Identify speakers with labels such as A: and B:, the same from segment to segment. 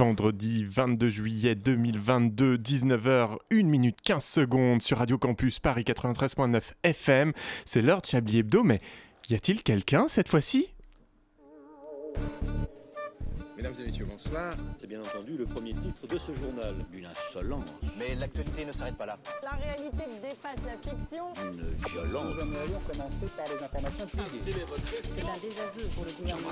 A: vendredi 22 juillet 2022, 19h, 1 minute 15 secondes sur Radio Campus Paris 93.9 FM. C'est l'heure de Chablis Hebdo, mais y a-t-il quelqu'un cette fois-ci
B: Mesdames et messieurs, bonsoir.
C: C'est bien entendu le premier titre de ce journal. Une insolence,
D: Mais l'actualité ne s'arrête pas là.
E: La réalité dépasse la fiction.
C: une violence.
F: Nous aimerions commencer par les informations privées.
E: C'est un désaveu pour le gouvernement.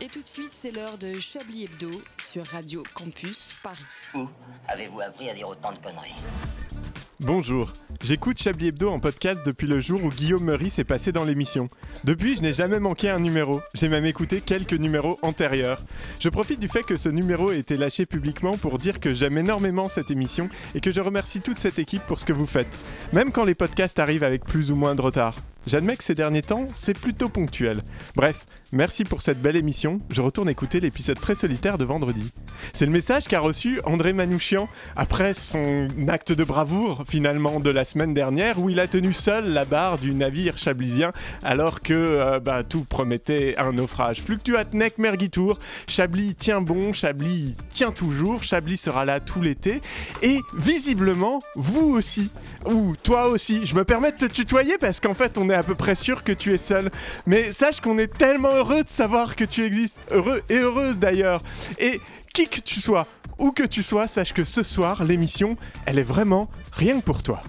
G: Et tout de suite, c'est l'heure de Chablis Hebdo sur Radio Campus Paris.
D: Où avez-vous appris à dire autant de conneries
A: Bonjour, j'écoute Chablis Hebdo en podcast depuis le jour où Guillaume Meurice s'est passé dans l'émission. Depuis, je n'ai jamais manqué un numéro, j'ai même écouté quelques numéros antérieurs. Je profite du fait que ce numéro ait été lâché publiquement pour dire que j'aime énormément cette émission et que je remercie toute cette équipe pour ce que vous faites, même quand les podcasts arrivent avec plus ou moins de retard. J'admets que ces derniers temps, c'est plutôt ponctuel. Bref, merci pour cette belle émission, je retourne écouter l'épisode très solitaire de vendredi. C'est le message qu'a reçu André Manouchian après son acte de bravoure finalement de la semaine dernière où il a tenu seul la barre du navire chablisien alors que euh, bah, tout promettait un naufrage. Fluctuat nec mergitur, Chablis tient bon, Chablis tient toujours, Chablis sera là tout l'été et visiblement vous aussi ou toi aussi. Je me permets de te tutoyer parce qu'en fait on est à peu près sûr que tu es seul mais sache qu'on est tellement heureux de savoir que tu existes, heureux et heureuse d'ailleurs. Et qui que tu sois, où que tu sois, sache que ce soir, l'émission, elle est vraiment rien que pour toi.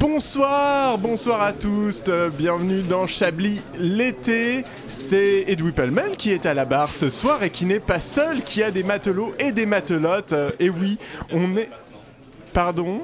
A: Bonsoir, bonsoir à tous, euh, bienvenue dans Chablis l'été. C'est Edoui Pellemel qui est à la barre ce soir et qui n'est pas seul, qui a des matelots et des matelotes. Euh, et oui, on est. Pardon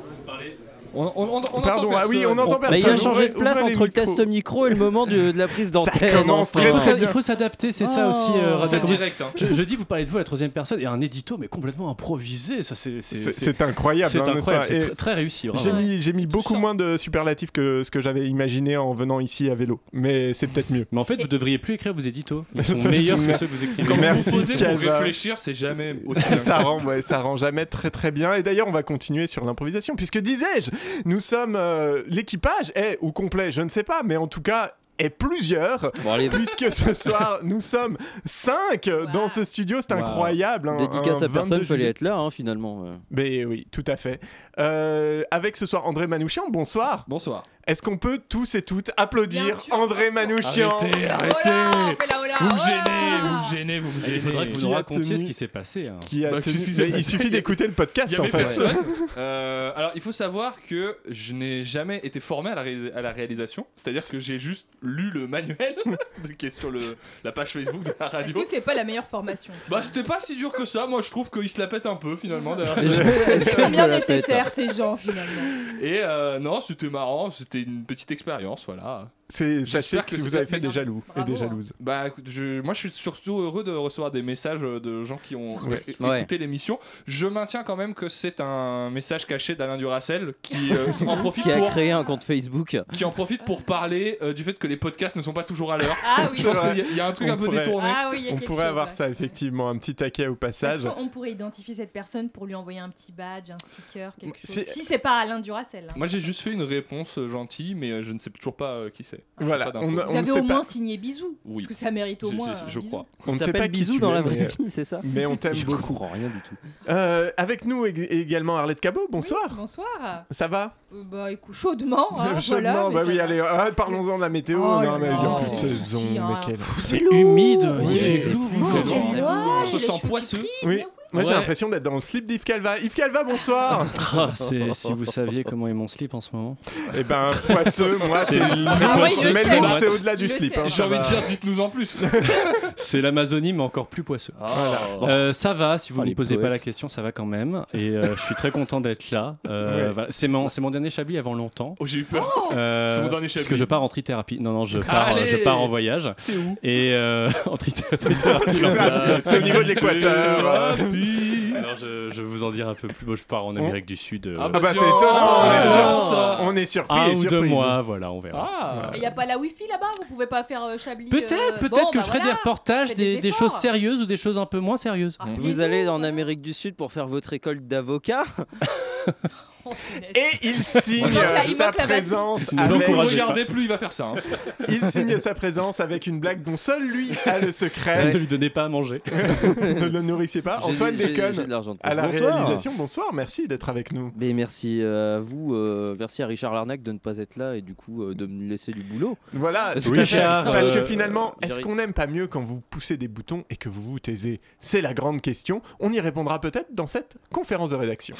H: On, on- on- on entend
A: Pardon, ah
H: personne.
A: oui, on entend
I: Bah,
A: personne.
I: il a changé de
A: Ouvrez-
I: place
A: ouvrez les
I: entre le
A: micros.
I: test micro et le moment de, de la prise d'antenne.
A: commence
I: enfin.
A: très,
H: Il
A: très
H: faut-
A: bien.
H: Il faut s'adapter, c'est ça
I: Ah, Oh.
H: aussi. euh,
I: C'est
H: Radio
I: le
H: Campus-
F: direct.
H: je, je dis, vous parlez de vous à la troisième personne et un édito, mais complètement improvisé. Ça, c'est c'est-
A: C'est-
H: c'est-
A: C'est incroyable.
H: c'est
A: hein, n'est-ce
H: incroyable,
A: pas
H: c'est
A: Et-
H: tr- très réussi. vraiment.
A: J'ai mis, j'ai mis beaucoup moins de superlatifs que ce que j'avais imaginé en venant ici à vélo, mais c'est peut-être mieux.
H: Mais en fait, vous devriez plus écrire vos éditos. Ils
A: Ça,
H: sont meilleurs
A: c'est
H: que ceux que vous écrivez.
A: Quand Merci,
F: vous posez pour
A: Calva.
F: réfléchir, c'est jamais aussi bien.
A: ça, rend, ouais, ça rend jamais très très bien. Et d'ailleurs, on va continuer sur l'improvisation, puisque disais-je, nous sommes. euh, L'équipage est au complet, je ne sais pas, mais en tout cas est plusieurs,
I: Bon, allez,
A: puisque ce soir nous sommes cinq euh, dans
E: Wow.
A: ce studio, c'est
H: Wow.
A: incroyable. hein,
I: dédicace
A: un
I: à personne,
A: 22
I: fallait
A: juillet.
I: être là hein, finalement. euh.
A: Mais oui, tout à fait. Euh, avec ce soir André Manouchian, bonsoir.
H: Bonsoir.
A: Est-ce qu'on peut tous et toutes applaudir
E: Bien sûr.
A: André Manouchian
F: Arrêtez,
E: Hola,
F: arrêtez
E: on fait la hola.
F: Vous me
E: hola.
F: gênez, vous me gênez, vous me
H: Il faudrait que
F: gênez.
H: vous
A: Qui
H: nous
A: a
H: racontiez
A: tenu-
H: ce qui s'est passé. hein.
A: qui a
F: Bah,
A: tenu-
F: je suis-
A: Mais il suffit d'écouter le
F: Il
A: podcast
F: y
A: en
F: avait
A: fait.
F: personne. Euh, alors, il faut savoir que je n'ai jamais été formé à la, ré- à la réalisation. C'est-à-dire que j'ai juste lu le manuel qui est sur le, la page Facebook de la
E: Est-ce
F: radio.
E: que c'est pas la meilleure formation
F: Bah, c'était pas si dur que ça. Moi, je trouve qu'il se la pète un peu finalement derrière
I: Je-
F: ça.
I: Est-ce que je
E: Combien
I: me la pète
E: nécessaire ces gens finalement
F: Et euh, non, c'était marrant. C'était une petite expérience, voilà.
A: C'est sachez
F: J'espère
A: que
F: que
A: vous
F: c'est
A: avez
F: pas
A: fait des
F: bien.
A: jaloux et des
E: Bravo, hein.
A: jalouses.
F: Bah écoute, je, moi je suis surtout heureux de recevoir des messages euh, de gens qui ont
A: Ouais.
F: éc-
I: Ouais.
F: écouté l'émission. Je maintiens quand même que c'est un message caché d'Alain Duracel qui, euh, en profite
I: Qui a
F: pour,
I: créé un compte Facebook
F: qui en profite pour parler euh, du fait que les podcasts ne sont pas toujours à l'heure.
E: Ah
F: Je
E: oui.
A: C'est
F: pense
A: vrai.
F: qu'il y a- il y, a un truc
A: On
F: un peu
A: pourrait-
F: détourné.
E: Ah oui, il y a
A: On
E: quelque
A: pourrait
E: chose,
A: avoir
E: ouais.
A: ça effectivement, un petit taquet au
E: Est-ce
A: passage.
E: qu'on pourrait identifier cette personne pour lui envoyer un petit badge, un sticker, quelque chose
A: C'est-
E: Si c'est pas Alain Duracell. hein.
F: Moi j'ai juste fait une réponse euh, gentille, mais euh, je ne sais toujours pas euh, qui c'est.
A: Voilà,
F: Pas d'infos.
A: on,
F: Vous
A: a-
E: Vous
A: on ne
E: avez au
A: sait
E: moins
A: pas,
E: signé bisous.
F: Oui.
E: Parce que ça mérite au
F: J'ai-
E: moins.
F: j'ai-
E: un
F: je
E: bisou.
F: crois.
A: on ne sait pas
I: s'appelle
A: qui
I: Bisous
A: tu
I: dans
A: es,
I: la
A: mais, euh,
I: vraie vie, c'est ça
A: mais on t'aime
I: Je
A: beaucoup.
I: comprends rien du tout.
A: Euh, avec nous ég- également Arlette Cabot, bonsoir.
E: Oui, bonsoir.
A: Ça va
E: Euh, bah écoute, chaudement. hein,
A: Chaudement,
E: voilà, mais
A: bah
E: ça
A: oui,
E: va.
A: allez, ah, parlons-en de la météo.
E: Oh
A: non,
E: là
A: mais il y
E: là.
A: a plus de
E: C'est
A: saison,
E: si,
A: mais
E: hein.
A: quel-
E: C'est
H: humide, il
A: Oui,
H: fait
A: c'est
H: lourd.
A: lourd.
H: il fait lourd.
E: quel
F: On se
E: les
F: sent
E: cheveux qui
F: poisseux.
E: frisent,
A: Oui.
E: mais
A: Moi j'ai
H: Ouais.
A: l'impression d'être dans le slip d'Yves Calva. Yves Calva, bonsoir.
H: Ah, c'est- si vous saviez comment est mon slip en ce moment.
A: Eh ben, poisseux, moi, c'est
E: Ah oui, je
A: Mais
E: sais.
A: bon, c'est au-delà du
E: Je
A: slip.
E: sais.
A: hein,
F: J'ai
A: ça
F: envie
A: va.
F: de dire, dites-nous en plus.
H: C'est l'Amazonie, mais encore plus poisseux.
F: Ah.
H: Euh, ça va, si vous
I: Oh,
H: ne me
I: les
H: posez pas
I: poètes.
H: la question, ça va quand même. Et euh, je suis très content d'être là. Euh,
A: Ouais.
H: voilà. C'est mon, c'est mon dernier chablis avant longtemps.
F: Oh, j'ai eu peur.
H: Euh,
F: C'est mon dernier
H: Parce
F: chablis.
H: que je pars en trithérapie. Non, non, je pars,
F: Allez
H: je pars en voyage.
F: C'est où
H: Et euh, en trithé- trithérapie. lambda.
A: C'est au niveau de l'équateur.
E: Ah,
A: euh.
H: Alors, je, je vous en dirai un peu plus. Bon, je pars en Amérique du Sud. euh,
F: Ah
A: Ah bah c'est
F: Tiens.
A: étonnant, on est,
H: Ah.
A: sur- on est surpris.
H: un
A: et
H: ou deux
A: surprise.
H: mois, voilà, on verra.
F: Ah
E: Il n'y a pas la wifi là-bas, vous pouvez pas faire euh, Chablis.
H: Peut-être,
E: euh,
H: peut-être
E: bon,
H: que
E: bah
H: je ferai
E: voilà.
H: des reportages,
E: faites des
H: des, des
E: efforts.
H: choses sérieuses ou des choses un peu moins sérieuses.
E: Ah,
I: Vous allez en Amérique du Sud pour faire votre école d'avocat
E: Oh,
A: Et il signe
E: Il manque la- il
A: sa
E: manque la batterie.
A: présence
H: Il nous
F: Donc
A: avec...
F: vous
H: encouragez
F: regardez plus, il va faire ça. hein.
A: Il signe sa présence avec une blague dont seul lui a le secret.
H: Ne lui donnez pas à manger.
A: ne le nourrissez pas.
I: J'ai-
A: Antoine
I: j'ai- j'ai de
A: déconne
I: l'argent de
A: à la
I: poche. Bonsoir.
A: réalisation. Bonsoir, merci d'être avec nous.
I: Mais merci euh, à vous, euh, merci à Richard Larnac de ne pas être là et du coup euh, de me laisser du boulot.
A: Voilà,
I: Parce
A: tout
I: que
A: à fait.
H: Richard,
A: Parce que
H: euh,
A: finalement,
I: euh,
A: est-ce
I: Jerry-
A: qu'on n'aime pas mieux quand vous poussez des boutons et que vous vous taisez C'est la grande question. On y répondra peut-être dans cette conférence de rédaction.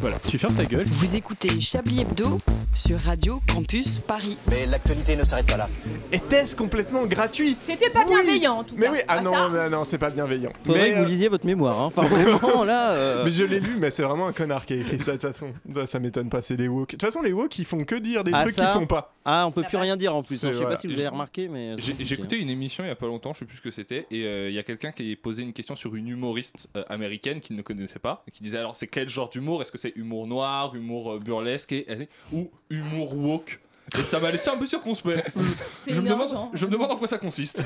H: Voilà, tu fermes ta gueule.
G: Vous écoutez Chablis Hebdo sur Radio Campus Paris.
D: Mais l'actualité ne s'arrête pas là.
A: Était-ce complètement gratuit
E: C'était pas
A: Oui.
E: bienveillant en tout
A: Mais
E: cas. Bah
A: oui, ah non,
E: ça,
A: non, non, c'est pas bienveillant.
I: Faudrait
A: Mais,
I: que vous
A: euh,
I: lisiez votre mémoire. hein. Enfin, vraiment, là. euh,
A: mais je l'ai lu, mais c'est vraiment un connard qui a écrit ça de toute façon. Ça, ça m'étonne pas, c'est des woke. De toute façon, les woke, ils font que dire des
I: Ah,
A: trucs
I: ça
A: qu'ils font pas.
I: Ah, on peut
E: La
I: plus
E: base.
I: rien dire en plus.
A: C'est-
I: hein. Je sais
A: voilà.
I: pas si vous avez remarqué, mais. euh,
F: J'ai j'ai écouté une émission il y a pas longtemps, je sais plus ce que c'était, et euh, il y a quelqu'un qui posait une question sur une humoriste euh, américaine qu'il ne connaissait pas, et qui disait alors c'est quel genre d'humour Est-ce que c'est humour noir, humour euh, burlesque, et, elle dit, ou humour woke et ça m'a laissé un peu circonspect.
E: c'est
F: Je me,
E: énorme,
F: demande,
E: genre.
F: je me demande en quoi ça consiste.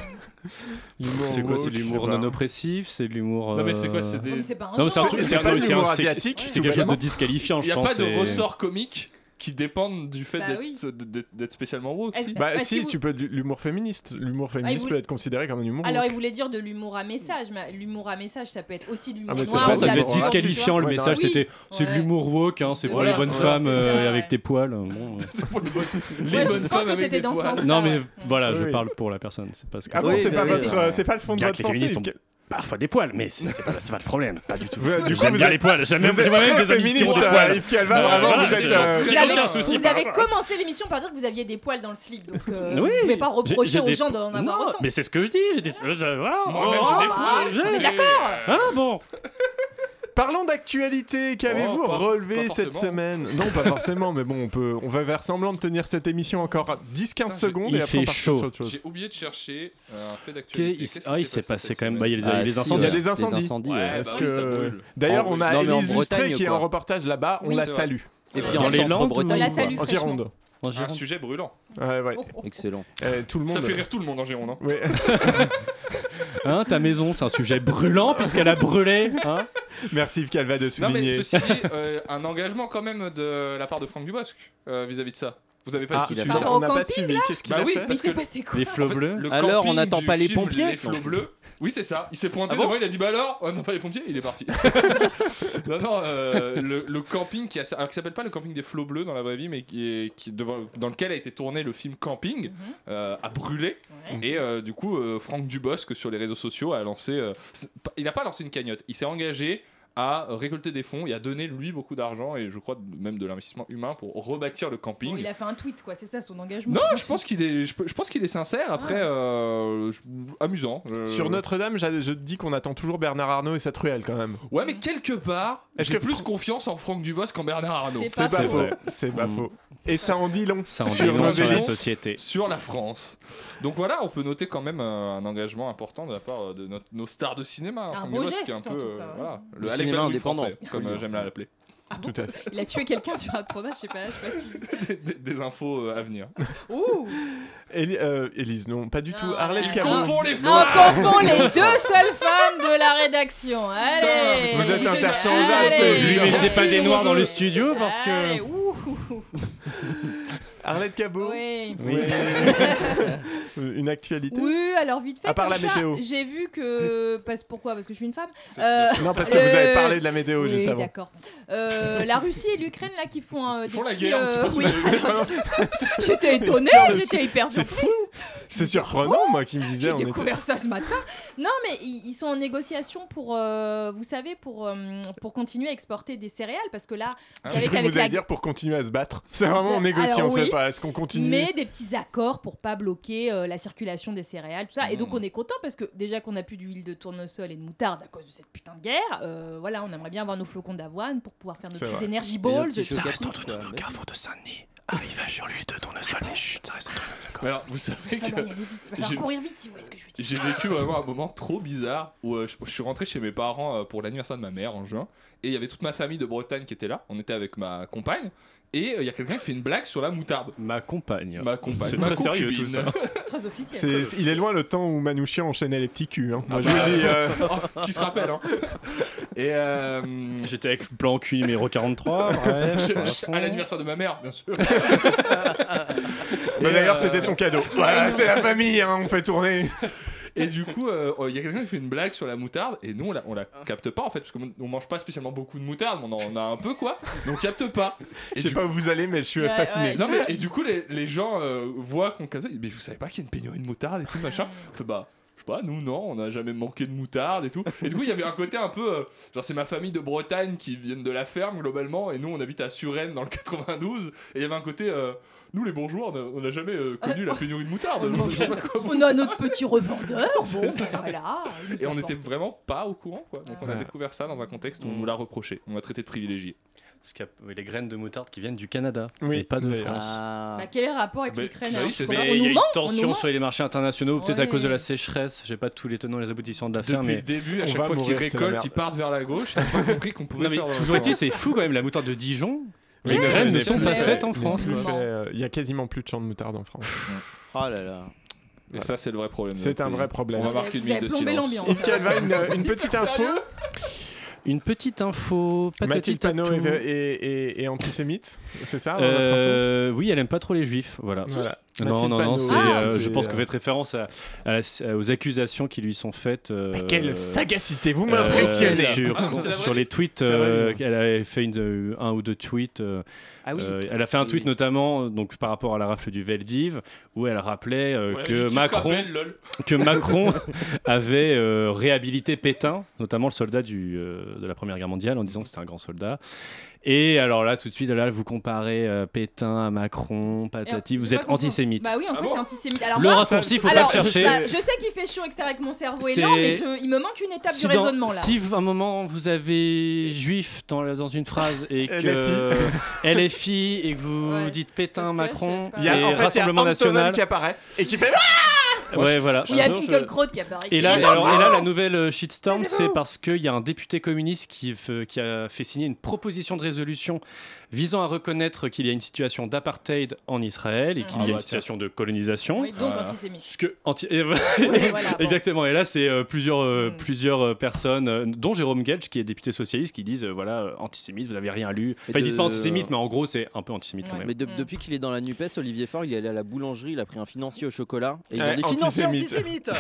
A: L'humour
H: C'est quoi
A: woke,
H: C'est
A: je
H: de
A: sais
H: l'humour
A: pas.
H: non oppressif C'est de l'humour.
F: Non mais c'est quoi
H: euh,
F: C'est
E: Non,
F: des...
E: mais c'est pas un
H: Non, mais c'est un
E: genre.
H: truc.
A: C'est
H: C'est un-
A: pas
H: non,
A: de
H: c'est un-
A: l'humour
H: c'est-
A: asiatique,
H: C'est
A: tout
H: quelque chose
A: bêtement.
H: de disqualifiant,
F: Il n'y
H: je
F: a
H: pense.
F: pas de
H: et-
F: ressort comique qui dépendent du fait
E: Bah
F: d'être-
E: oui.
F: de- de- d'être spécialement woke.
E: Est-ce-
F: si.
A: Bah
E: Parce
A: si,
E: que vous-
A: tu Ah, peux de l'humour féministe. L'humour féministe
E: vous-
A: peut être considéré comme un humour.
E: Alors,
A: woke.
E: il voulait dire de l'humour à message. mais L'humour à message, ça peut être aussi de l'humour
A: Ah, mais
E: noir.
A: c'est-
H: Je pense que ça
E: ou de
H: devait
E: la
H: être
E: violence, tu vois.
H: disqualifiant le
A: Ouais,
H: message.
E: non,
H: C'était c'est de
E: Ouais.
H: l'humour woke, hein, c'est pour
F: Voilà,
H: les bonnes
F: voilà,
H: femmes
E: c'est ça,
H: euh,
E: ouais.
H: avec tes poils. Bon, euh.
F: C'est pour les bonnes- les
E: Ouais,
F: bonnes
E: je pense
F: femmes
E: que
F: avec
E: c'était
F: des
E: dans ce
F: poils.
E: sens
H: Non, mais voilà,
A: Oui.
H: je parle pour la personne. C'est pas ce que
A: Ah bon,
I: Oui,
A: c'est
I: bah
A: pas
I: oui.
A: votre, euh, c'est pas le fond de
H: Gars,
A: votre
H: les féministes
A: pensée.
H: sont- Parfois des poils, mais c'est c'est pas, c'est pas le problème. Pas du tout.
A: Ouais, du coup,
H: J'aime
A: vous
H: bien
A: êtes-
H: les poils. J'aime bien
A: Vous êtes très féministe,
F: des
A: euh,
H: poils.
A: Yves Calva,
H: Euh,
A: vraiment,
H: voilà,
A: vous êtes...
H: c'est
A: euh,
H: gentil.
E: Vous
H: J'ai
E: avez,
H: aucun souci
E: vous
H: par
E: avez
H: rapport à ça.
E: commencé l'émission par dire que vous aviez des poils dans le slip, donc euh,
H: Oui.
E: vous pouvez pas reprocher
H: J'ai- j'ai
E: aux
H: des-
E: gens d'en avoir
H: Non,
E: autant.
H: mais c'est ce que je dis. J'ai des. euh, je- voilà,
F: Moi-même,
H: oh,
F: j'ai des
H: ah,
F: poils.
H: j'ai-
E: On est d'accord
H: Ah bon
A: Parlons d'actualité. Qu'avez-vous
F: Oh, pas-
A: relevé
F: pas
A: cette
F: forcément.
A: semaine Non, pas forcément, mais bon, on peut, on va faire semblant de tenir cette émission encore 10-15
F: j'ai-
A: secondes
H: il
A: et après on
H: fait
A: partira
H: chaud.
A: sur autre chose.
F: J'ai oublié de chercher euh, un fait d'actualité.
H: Il
F: Qu'est-ce qui
H: ah, il s'est passé
F: cette
H: quand même. Bah,
F: semaine
H: il y a les- il y
I: Ah,
H: a les
I: euh,
H: incendies.
A: Il y a des incendies.
F: Ouais,
I: ouais.
F: bah
A: Parce
F: oui, ça
A: que...
F: brûle.
A: D'ailleurs,
I: Ah
A: on
I: oui.
A: a
I: Non, mais en
A: Élise Lustré
I: Bretagne,
A: qui est
I: quoi.
A: en reportage là-bas. On
E: Oui,
A: la
F: c'est vrai.
A: salue.
I: Et puis
H: Dans
I: en
H: les
I: centre
H: Landes,
I: Bretagne.
E: on la
I: quoi.
E: salue.
A: En
E: fraîchement.
A: Gironde.
H: En
F: Un
H: Gironde.
F: sujet brûlant.
A: Ouais, ouais.
I: Excellent.
A: Euh, Tout le monde.
F: Ça fait rire tout le monde en Gironde. hein.
A: Ouais.
H: Hein, ta maison, c'est un sujet brûlant puisqu'elle a brûlé. Hein
A: Merci Yves Calva de
F: Non mais
A: souligner.
F: ceci dit, euh, un engagement quand même de la part de Franck Dubosc euh, vis-à-vis de ça. Vous avez pas
A: Ah,
F: du
I: il
F: tout
I: a
F: suivi
I: fait
F: ça
E: un
A: on n'a pas
E: camping,
A: suivi. Qu'est-ce qu'il
F: Bah
A: a
F: oui,
A: fait
E: Mais
F: parce
E: c'est
F: que-
E: passé quoi
H: Les flots
F: En fait,
H: bleus.
F: le
I: Alors, on
F: camping
I: n'attend
F: du
I: pas les
F: film
I: pompiers
F: Les flots
I: Non.
F: bleus. Oui, c'est ça. Il s'est pointé
I: Ah bon
F: devant, il a dit Bah alors, on n'attend pas les pompiers, il est parti. non, non, euh, le, le camping qui, a, alors, qui s'appelle pas le camping des flots bleus dans la vraie vie, mais qui est, qui, devant- dans lequel a été tourné le film Camping,
E: Mhm.
F: euh, a brûlé.
E: Ouais.
F: Et euh, du coup, euh, Franck Dubosc sur les réseaux sociaux a lancé. euh, c'est pas- il n'a pas lancé une cagnotte, il s'est engagé à récolter des fonds et à donner lui beaucoup d'argent et je crois même de l'investissement humain pour rebâtir le camping.
E: Bon, Oh, il a fait un tweet, quoi, c'est ça son engagement.
F: Non, je pense qu'il est, je, je pense qu'il est sincère. Après, euh, je- amusant. Euh,
A: Sur Notre-Dame, j'a- je te dis qu'on attend toujours Bernard Arnault et sa truelle quand même.
F: Ouais, mais quelque part,
A: Est-ce
F: j'ai
A: que
F: plus confiance en Franck Dubos qu'en Bernard Arnault.
E: C'est pas
A: C'est pas
E: faux.
A: faux. C'est pas
H: Mm.
A: faux. Et ça en dit long.
H: Ça en
A: Sur
H: dit long
A: nos
H: sur la
A: élites.
H: société.
F: Sur la France. Donc voilà, on peut noter quand même euh, un engagement important de la part euh, de notre- nos stars de cinéma.
E: Un
F: Franck
E: beau
F: Dubos,
E: geste,
F: qui est un
E: en
F: peu,
E: tout
F: euh,
E: cas, ouais.
F: voilà,
I: Le
F: le Alec
I: cinéma
F: Baldwin
I: indépendant.
F: français, comme euh, j'aime la l'appeler.
A: Tout à fait.
E: Il a tué quelqu'un sur un tournage, je sais pas, je sais pas suivi.
F: Des, des- des infos euh, à venir.
E: Ouh
A: Éli- euh, Élise, non, pas du
E: Non,
A: tout. Arlette
E: il
A: Cabot.
F: Confond les
E: On
F: fois
E: confond les deux seules femmes de la rédaction. Allez
A: Vous êtes
F: Allez.
A: interchangeables, c'est
H: Lui
A: évident.
H: mettez pas des
E: Allez.
H: noirs dans le studio parce
E: Allez,
H: que.
E: ouh, ouh, ouh.
A: Arlette Cabot.
E: Oui.
H: Oui.
A: Ouais. Une actualité.
E: Oui, alors vite fait.
A: À part
E: comme
A: la
E: ça,
A: météo.
E: J'ai vu que. Parce, pourquoi Parce que je suis une femme. Euh,
A: Non, parce que vous avez
E: Euh,
A: parlé de la météo
E: oui,
A: juste avant.
E: d'accord. Euh, la Russie et l'Ukraine, là, qui font. euh,
F: Ils
E: des
F: font la
E: petits,
F: guerre, on sait pas
E: euh,
F: si
E: oui.
F: vous avez
E: Alors, J'étais étonnée,
A: Histoire de-
E: j'étais hyper
A: C'est
E: surprise.
A: C'est surprenant, moi qui me disais.
E: oh, J'ai
A: on était-
E: découvert ça ce matin. Non, mais ils, ils sont en négociation pour, euh, vous savez, pour, euh, pour continuer à exporter des céréales, parce que là,
F: Ah,
E: vous
A: J'ai
E: savez
A: cru que
E: qu'avec
A: vous
E: la
A: allez dire pour continuer à se battre. C'est vraiment on négocie,
E: Alors,
A: on sait
E: oui.
A: pas. Est-ce qu'on continue
E: mais des petits accords pour pas bloquer euh, la circulation des céréales, tout ça. Et donc
F: Mm.
E: on est content parce que déjà qu'on a plus d'huile de tournesol et de moutarde à cause de cette putain de guerre, euh, voilà, on aimerait bien avoir nos flocons d'avoine pour pouvoir faire nos
A: C'est
E: petits
A: vrai.
E: energy balls. tout ça.
I: Ah.
H: carrefour de Saint-Denis. Arrivage sur l'huile de tournesol, mais chut, ça reste entre nous, d'accord
F: Mais alors, vous savez
E: Enfin,
F: que.
E: bon,
H: euh,
E: y aller vite. Falloir
F: J'ai-
E: courir vite, si vous voyez ce que je veux dire.
F: J'ai vécu vraiment un moment trop bizarre où euh, je, je suis rentré chez mes parents euh, pour l'anniversaire de ma mère en juin et il y avait toute ma famille de Bretagne qui était là. On était avec ma compagne Et euh, il y a quelqu'un qui fait une blague sur la moutarde.
H: Ma compagne.
F: Ma compagne.
H: C'est
F: ma
H: très sérieux tout
F: concubine.
H: ça.
E: C'est très officiel.
A: C'est- il est loin le temps où Manouchian enchaînait les petits culs. hein. Moi,
H: Ah
A: je vous
F: bah,
A: le dis, euh,
F: Oh, qui se rappelle, hein. Et euh,
H: J'étais avec plan cul numéro 43. ouais,
F: Je-
H: à
F: je-
H: fond.
F: à l'anniversaire de ma mère, bien sûr.
A: bah,
F: Et,
A: D'ailleurs,
F: euh,
A: c'était son cadeau. Voilà, c'est la famille, hein, on fait tourner.
F: Et du coup, euh, il y a quelqu'un qui fait une blague sur la moutarde, et nous, on la, on la capte pas en fait, parce qu'on on mange pas spécialement beaucoup de moutarde, mais on en on a un peu quoi, donc on capte pas. Et
A: Je sais
F: du-
A: pas où vous allez, mais je suis
E: Ouais,
A: fasciné.
E: ouais.
F: Non, mais et du coup, les, les gens euh, voient qu'on capte, mais vous savez pas qu'il y a une pénurie de moutarde et tout machin. On fait bah. Je sais pas, nous non, on n'a jamais manqué de moutarde et tout. Et du coup, il y avait un côté un peu. euh, genre, c'est ma famille de Bretagne qui viennent de la ferme globalement, et nous on habite à Suresnes dans le 92. Et il y avait un côté. euh, nous les bourgeois, on a- on n'a jamais euh, connu la pénurie de
H: Euh,
F: moutarde.
E: on
F: Je sais pas de quoi vous
E: On a notre petit revendeur, bon,
F: ça.
E: ben voilà. il nous
F: Et on
E: entend.
F: n'était vraiment pas au courant, quoi. Donc on a
A: Ouais.
F: découvert ça dans un contexte où on
H: Mm.
F: nous l'a reproché. On m'a traité de privilégié.
H: Parce qu'il y a oui, les graines de moutarde qui viennent du Canada.
A: Oui,
H: et pas de
A: d'ailleurs.
H: France.
E: Bah, quel est le rapport avec
F: Mais-
E: l'Ukraine
F: bah
E: alors
F: oui, c'est
E: qu'on-
F: ça.
E: on
H: Mais il y a
E: nous
H: eu
E: ment, on nous
H: tension
E: ment.
H: sur les marchés internationaux, peut-être à
E: Ouais.
H: cause de la sécheresse. J'ai pas tous les tenants et les aboutissants de l'affaire,
F: Depuis
H: mais.
F: le début,
A: on
F: à chaque
A: va
F: fois qu'ils
A: mourir, c'est la
F: récoltent,
A: merde.
F: ils partent vers la gauche. Ils ont pas compris qu'on pouvait
H: Non, mais
F: faire. euh,
H: toujours est-il, c'est fou quand même, la moutarde de Dijon. Les
A: Mais
H: graines
A: il
H: ne
A: n'est
H: sont
A: plus
E: pas
A: fait-
H: faites en
A: il n'est
H: France,
A: plus
E: quoi.
A: fait, euh, Il y a quasiment plus de champs de moutarde en France.
I: Oh là là.
F: Et ça, c'est le vrai problème. de
A: C'est
F: notre
A: un
F: pays.
A: vrai
F: On
A: problème.
F: va
E: Vous avez-
F: marquer une
E: vous
F: minute
E: avez
F: de
E: plombé
F: silence.
E: l'ambiance.
A: Yves Calva, une, une petite info.
E: hein.
H: Une petite info. patati
A: Mathilde Panot Ah, est,
H: tatou.
A: est- est- est antisémite, c'est ça hein, notre info
H: Euh, oui, elle aime pas trop les juifs, voilà.
A: Voilà.
H: Non,
A: Mathilde
H: non, non,
A: Panot,
H: c'est,
E: Ah.
H: euh,
A: qui
H: je
A: est,
H: pense que
A: euh,
H: vous faites référence à, à la- aux accusations qui lui sont faites. euh,
A: Mais quelle sagacité, vous
H: euh,
A: m'impressionnez
H: sur,
F: Ah, mais c'est la vraie
H: sur les tweets,
A: la vraie
H: euh,
A: vie.
H: elle avait fait une, euh, un ou deux tweets. euh,
I: Ah oui.
H: euh, elle a fait un
I: Oui,
H: tweet
I: oui.
H: notamment euh, donc par rapport à la rafle du Veldiv où elle rappelait euh, que Macron
F: lol.
H: que Macron avait euh, réhabilité Pétain, notamment le soldat du, euh, de la Première Guerre mondiale, en disant que c'était un grand soldat. Et alors là, tout de suite, là, vous comparez euh, Pétain à Macron,
E: Et on-
H: patati,
E: je
H: vous
E: sais
H: êtes
E: pas comprendre.
H: antisémite.
E: Bah oui, en
F: Ah
E: quoi
F: bon
E: c'est antisémite. Alors
H: le
E: moi,
H: raccourci, faut
E: alors,
H: pas le chercher.
E: ça- je sais qu'il fait chaud extérieur que mon cerveau est,
H: C'est-
E: lent, mais je- il me manque une étape
H: Si
E: du
H: dans-
E: raisonnement là.
H: si à un moment vous avez juif dans, la- dans une phrase et que LFI et que vous
E: Ouais.
H: dites Pétain,
E: Parce que
H: Macron
E: je sais pas.
H: et
E: Il y a- en
H: Rassemblement National,
A: qui apparaît et qui fait Ah,
H: ouais voilà.
E: Ou il y a
H: Bonjour, je-
E: Finkielkraut qui apparaît.
H: Et là,
E: Mais
H: et
E: ça
H: alors-
E: va.
H: et là, la nouvelle euh, shitstorm,
E: Mais c'est
H: c'est
E: bon.
H: parce qu'il y a un député communiste qui, f- qui a fait signer une proposition de résolution visant à reconnaître qu'il y a une situation d'apartheid en Israël et qu'il y a
F: Ah bah
H: une
F: tiens.
H: situation de colonisation.
E: Oui, donc
F: Voilà.
E: antisémite.
H: Ce que anti- et-
E: Oui, voilà, bon.
H: Exactement. Et là, c'est euh, plusieurs, euh,
E: Mm.
H: plusieurs euh, personnes, euh, dont Jérôme Gelch, qui est député socialiste, qui disent euh, voilà, euh, antisémite, vous n'avez rien lu. Enfin, ils disent pas
I: de-
H: antisémite, mais en gros, c'est un peu antisémite quand
E: Ouais.
H: même.
I: Mais de-
E: Mm.
I: depuis qu'il est dans la Nupes, Olivier Faure, il est allé à la boulangerie, il a pris un financier au chocolat et il
A: Eh,
I: a des financiers
A: antisémite.
I: antisémites.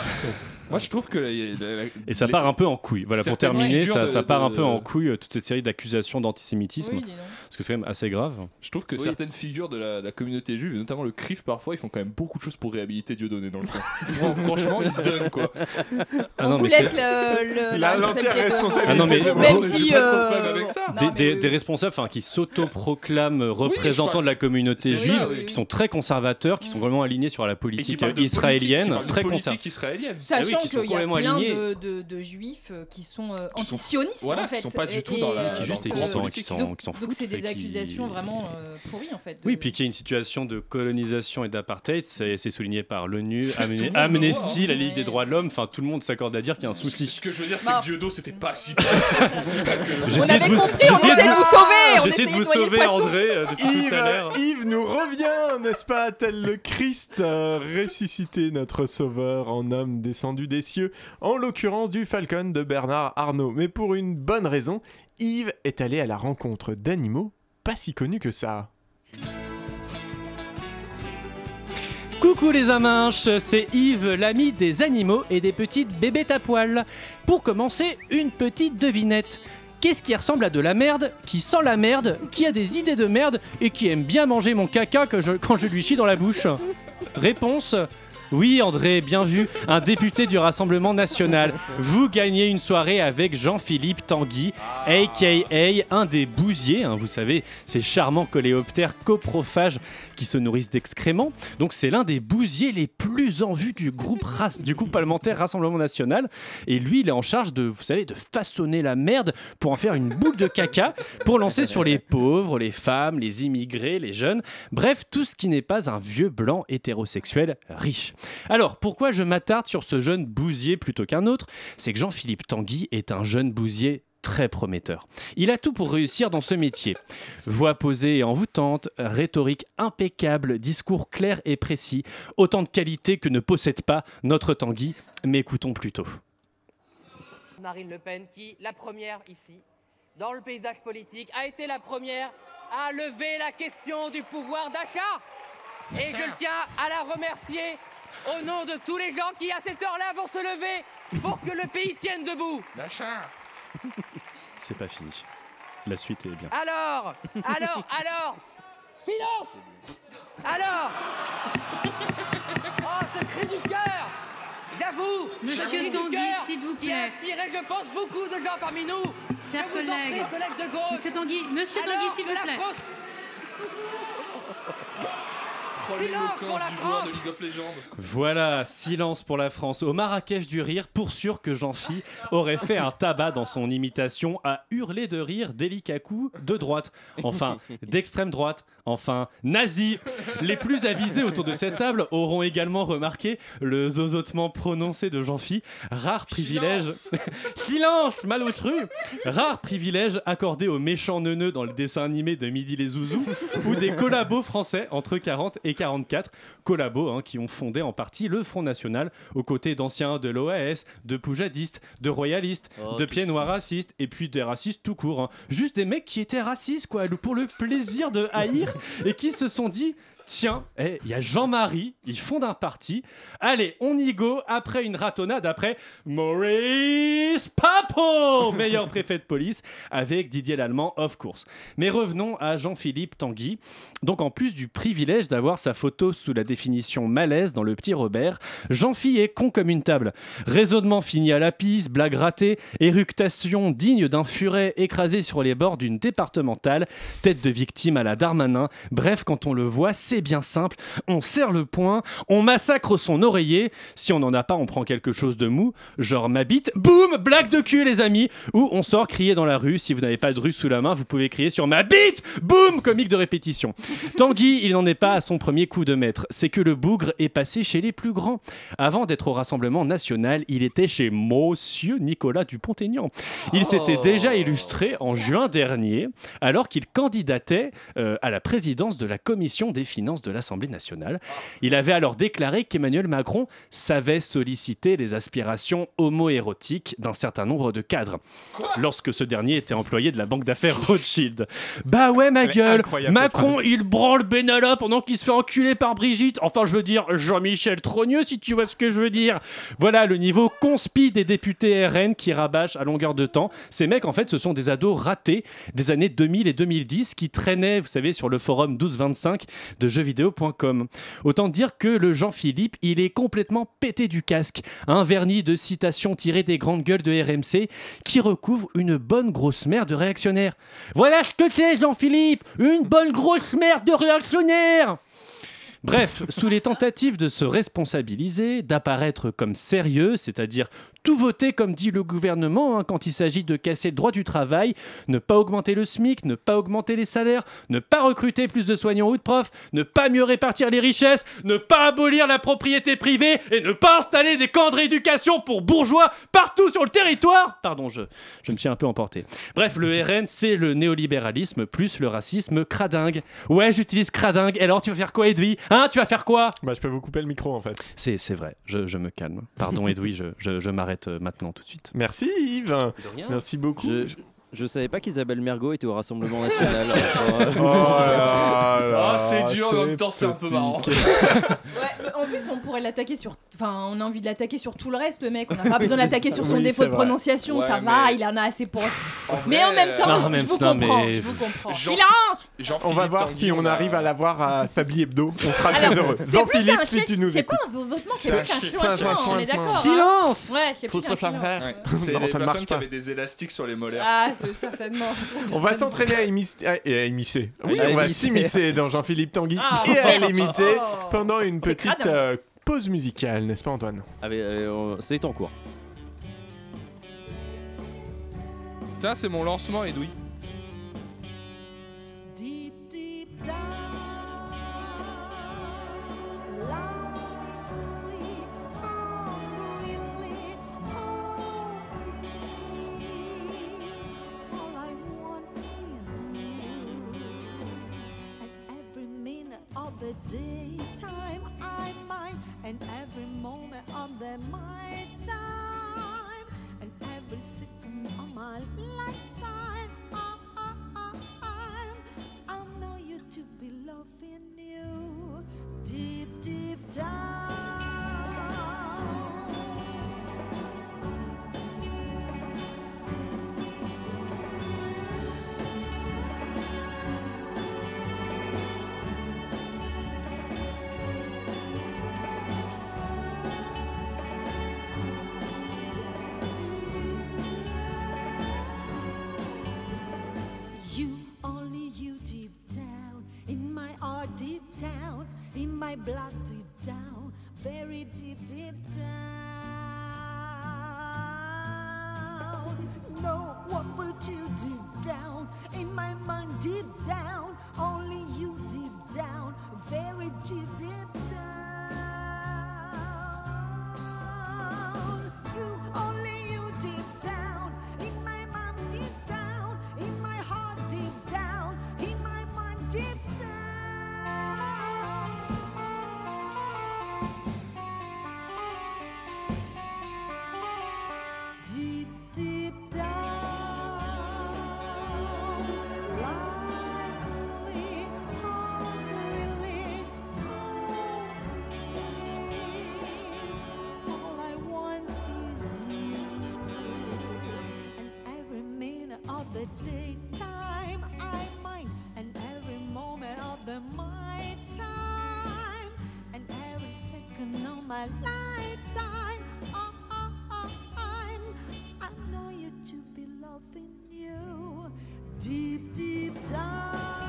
F: Moi, je trouve que. la- la- la-
H: Et ça
F: les-
H: part un peu en couille. Voilà, pour
F: Certaines
H: terminer,
F: figures
H: ça,
F: de-
H: ça part un
F: de-
H: peu en couille euh, toute cette série d'accusations d'antisémitisme,
E: Oui, dis donc.
H: parce que c'est quand même assez grave.
F: Je trouve que
I: Oui.
F: certaines figures de la, la communauté juive, et notamment le CRIF, parfois, ils font quand même beaucoup de choses pour réhabiliter Dieudonné dans le coin. Fran- Franchement, ils se donnent quoi.
H: Ah
E: On
H: non,
E: vous
H: mais c'est-
E: laisse le, le,
A: La
E: responsabilité
A: entière
E: de-
A: responsabilité.
H: Ah non, mais-
E: Bon,
H: Même
E: j'ai
F: si,
E: pas trop de
F: euh,
E: problème avec ça.
H: des,
E: hein. Non, mais
H: des-
E: oui.
H: des responsables enfin, qui s'autoproclament représentants
F: je
H: de la communauté
F: C'est
H: juive,
F: ça, oui.
H: qui sont très conservateurs, qui
E: Mm.
H: sont vraiment alignés sur la
F: Et qui
H: politique
F: parlent de politique, qui
H: israélienne,
F: parlent de
H: très
F: politique
H: conservateur.
F: israélienne.
H: Ah
E: Sachant
H: oui, qui sont
E: qu'il y a
H: complètement
E: plein
H: alignés.
E: de, de- de juifs euh, qui sont euh,
F: Qui sont-
E: antisionistes
F: Voilà,
E: en fait.
F: qui sont pas du
E: Et-
F: tout dans la-
E: et,
F: dans
E: euh,
F: le
H: Juste et qui
F: courant
H: sont- qui
F: politique.
H: sont-
E: donc
H: qui s'en
E: donc
H: foutent
E: c'est
H: et
E: des
H: qui-
E: accusations vraiment euh, pourries en fait. de-
H: Oui, puis qu'il y a une situation de colonisation et d'apartheid, c'est c'est souligné par l'ONU,
F: C'est-
H: Amne-
F: tout le monde le
H: Amnesty,
E: voit, hein.
H: la Ligue des droits de l'homme, enfin tout le monde s'accorde à dire qu'il y a un souci.
F: Ce que je veux dire, c'est
E: Bah.
F: que Dieudo, c'était pas si. pire. C'est ça que-
E: On
H: J'essaie
E: avait
H: de vous-
E: compris, on
H: j'essaie
E: essayait
H: de
E: de
H: vous-
E: vous sauver on
H: J'essaie de
E: essayait
H: vous
E: noyer le
H: sauver,
E: poisson.
H: André, euh, depuis tout à
A: Yves,
H: l'heure.
A: Yves nous revient, n'est-ce pas, tel le Christ, euh, ressuscité notre sauveur en homme descendu des cieux, en l'occurrence du Falcon de Bernard Arnault. Mais pour une bonne raison, Yves est allé à la rencontre d'animaux pas si connus que ça.
H: Coucou les aminches, c'est Yves, l'ami des animaux et des petites bébêtes à poil. Pour commencer, une petite devinette. Qu'est-ce qui ressemble à de la merde, qui sent la merde, qui a des idées de merde et qui aime bien manger mon caca que je- quand je lui chie dans la bouche Réponse oui, André, bien vu, un député du Rassemblement national. Vous gagnez une soirée avec Jean-Philippe Tanguy, aka un des bousiers, hein, vous savez, ces charmants coléoptères coprophages qui se nourrissent d'excréments. Donc c'est l'un des bousiers les plus en vue du groupe, ras- du groupe parlementaire Rassemblement National. Et lui, il est en charge de, vous savez, de façonner la merde pour en faire une boule de caca pour lancer sur les pauvres, les femmes, les immigrés, les jeunes. Bref, tout ce qui n'est pas un vieux blanc hétérosexuel riche. Alors, pourquoi je m'attarde sur ce jeune bousier plutôt qu'un autre C'est que Jean-Philippe Tanguy est un jeune bousier très prometteur. Il a tout pour réussir dans ce métier. Voix posée et envoûtante, rhétorique impeccable, discours clair et précis, autant de qualités que ne possède pas notre Tanguy, mais écoutons plutôt.
J: Marine Le Pen, qui, la première ici, dans le paysage politique, a été la première à lever la question du pouvoir d'achat. Et je tiens à la remercier au nom de tous les gens qui, à cette heure-là, vont se lever pour que le pays tienne debout.
H: C'est pas fini. La suite est bien.
J: Alors, alors, alors, silence Alors Oh, ce cri du cœur J'avoue, ce cri
K: Monsieur
J: du
K: Tanguy,
J: cœur
K: s'il vous
J: qui
K: plaît.
J: a inspiré, je pense, beaucoup de gens parmi nous.
K: Chers
J: je vous en prie,
K: collègues.
J: collègues de gauche.
K: Monsieur Tanguy, Monsieur Tanguy,
J: Alors
K: s'il
J: que
K: vous
J: la
K: plaît.
J: France-
F: Premier
J: Silence pour la
F: éloquence du joueur de
J: France.
F: League of Legends.
H: Voilà, silence pour la France. Au Marrakech du rire, pour sûr que Jean-Phi aurait fait un tabac dans son imitation à hurler de rire délicat coup de droite, enfin d'extrême droite, enfin nazi. Les plus avisés autour de cette table auront également remarqué le zozotement prononcé de Jean-Phi, rare privilège. Silence, malotru Rare privilège accordé aux méchants neuneux dans le dessin animé de Midi les Zouzous ou des collabos français entre 40 et 44 collabos hein, qui ont fondé en partie le Front National aux côtés d'anciens de l'OAS, de poujadistes, de royalistes,
I: Oh,
H: de
I: tout
H: pieds
I: de
H: noirs racistes et puis des racistes tout court. hein. Juste des mecs qui étaient racistes quoi, le- pour le plaisir de haïr et qui se sont dit tiens, eh, il y a Jean-Marie, ils fondent un parti. Allez, on y go après une ratonnade après Maurice Papo, meilleur préfet de police avec Didier Lallemand of course. Mais revenons à Jean-Philippe Tanguy. Donc en plus du privilège d'avoir sa photo sous la définition malaise dans Le Petit Robert, Jean-Phi est con comme une table. Raisonnement fini à la pisse, blague ratée, éructation digne d'un furet écrasé sur les bords d'une départementale, tête de victime à la Darmanin. Bref, quand on le voit, c'est bien simple. On serre le poing, on massacre son oreiller. Si on n'en a pas, on prend quelque chose de mou, genre ma bite. Boum Blague de cul, les amis Ou on sort crier dans la rue. Si vous n'avez pas de rue sous la main, vous pouvez crier sur ma bite Boum Comique de répétition. Tanguy, il n'en est pas à son premier coup de maître. C'est que le bougre est passé chez les plus grands. Avant d'être au Rassemblement national, il était chez Monsieur Nicolas Dupont-Aignan. Il s'était déjà illustré en juin dernier, alors qu'il candidatait euh, à la présidence de la Commission des finances de l'Assemblée nationale. Il avait alors déclaré qu'Emmanuel Macron savait solliciter les aspirations homoérotiques d'un certain nombre de cadres, lorsque ce dernier était employé de la banque d'affaires Rothschild. Bah ouais, ma
A: Elle est
H: gueule
A: incroyable, cette
H: Macron, il branle Benalla pendant qu'il se fait enculer par Brigitte. Enfin, je veux dire, Jean-Michel Trogneux, si tu vois ce que je veux dire. Voilà le niveau conspi des députés RN qui rabâchent à longueur de temps. Ces mecs, en fait, ce sont des ados ratés des années 2000 et 2010 qui traînaient, vous savez, sur le forum 1225 de jeuxvideo.com. Autant dire que le Jean-Philippe, il est complètement pété du casque. Un vernis de citations tirées des grandes gueules de RMC qui recouvre une bonne grosse merde de réactionnaires. Voilà ce que c'est, Jean-Philippe Une bonne grosse merde de réactionnaires Bref, sous les tentatives de se responsabiliser, d'apparaître comme sérieux, c'est-à-dire tout voter comme dit le gouvernement hein, quand il s'agit de casser le droit du travail, ne pas augmenter le SMIC, ne pas augmenter les salaires, ne pas recruter plus de soignants ou de profs, ne pas mieux répartir les richesses, ne pas abolir la propriété privée et ne pas installer des camps de rééducation pour bourgeois partout sur le territoire. Pardon, je, je me suis un peu emporté. Bref, le RN, c'est le néolibéralisme plus le racisme cradingue. Ouais, j'utilise cradingue. Et alors, tu vas faire quoi, Edoui Hein, tu vas faire quoi
A: Bah, je peux vous couper le micro en fait.
H: C'est c'est vrai, je, je me calme. Pardon, Edoui, je, je- je m'arrête euh, maintenant tout de suite.
A: Merci Yves.
H: De rien.
A: Merci beaucoup.
I: Je, je- je savais pas qu'Isabelle Mergot était au Rassemblement National. Alors,
A: Oh
I: euh,
A: là là,
F: Ah, c'est dur, en même temps, c'est un peu
A: petit
F: marrant.
A: quel-
E: Ouais, mais en plus, on pourrait l'attaquer sur. Enfin, on a envie de l'attaquer sur tout le reste, le mec. On n'a pas besoin de l'attaquer sur son
A: Oui,
E: défaut
A: c'est
E: de
A: vrai.
E: prononciation.
F: Ouais,
E: ça va,
F: mais-
E: il en a assez pour.
F: En vrai, euh,
E: Mais en même temps,
H: Non, en
E: je,
H: même
E: vous
H: temps,
E: comprends,
H: mais-
E: je vous comprends.
F: Jean-
E: Silence
A: On va voir si on arrive à l'avoir à Fabli Hebdo. On sera très heureux.
E: C'est plus
A: Jean-Philippe,
E: un
A: si tu
E: chèque-
A: nous
E: C'est
A: écoutes.
E: quoi un votement C'est
F: C'est
E: plus
F: un
E: qu'un
F: chèque-
E: chouin
A: un
E: on est
A: chouin-
E: d'accord. hein.
H: Silence
E: Ouais, c'est plus
A: Faut
E: qu'un
A: se faire
E: chouin.
A: faire.
F: C'est
A: Non,
F: les
A: ça ne marche
F: personnes qui
A: pas.
F: avaient des élastiques sur les molaires.
E: Ah, c'est certainement.
A: On va s'entraîner à imiter. à- et à immiscer. Oui,
I: À
A: on va
I: immiscer.
A: s'immiscer dans Jean-Philippe Tanguy
E: Ah,
A: et à
E: oh.
A: l'imiter
E: Oh.
A: pendant une
E: C'est
A: petite
E: crade. hein.
A: euh, pause musicale, n'est-ce pas, Antoine
I: avec- avec- euh, C'est en cours.
F: Putain, c'est mon lancement, Edoui.
K: Thank daytime I'm mine, and every moment of the my time, and every second of my lifetime. I, I, I, I'm, I know you to be loving you deep, deep down. You, only you deep down, in my heart deep down, in my blood deep down, very deep, deep down. No, what put you deep down, in my mind deep down, only you deep down, very deep, deep down. You, only you deep down, in my mind deep down, in my heart deep down, in my mind deep down. Deep, deep down, lightly, hungrily, hopefully, all I want is you. Every minute of the daytime I mind, and every moment of the my time, and every second of my lifetime. I- I- I'm- I know you to be loving you deep, deep down.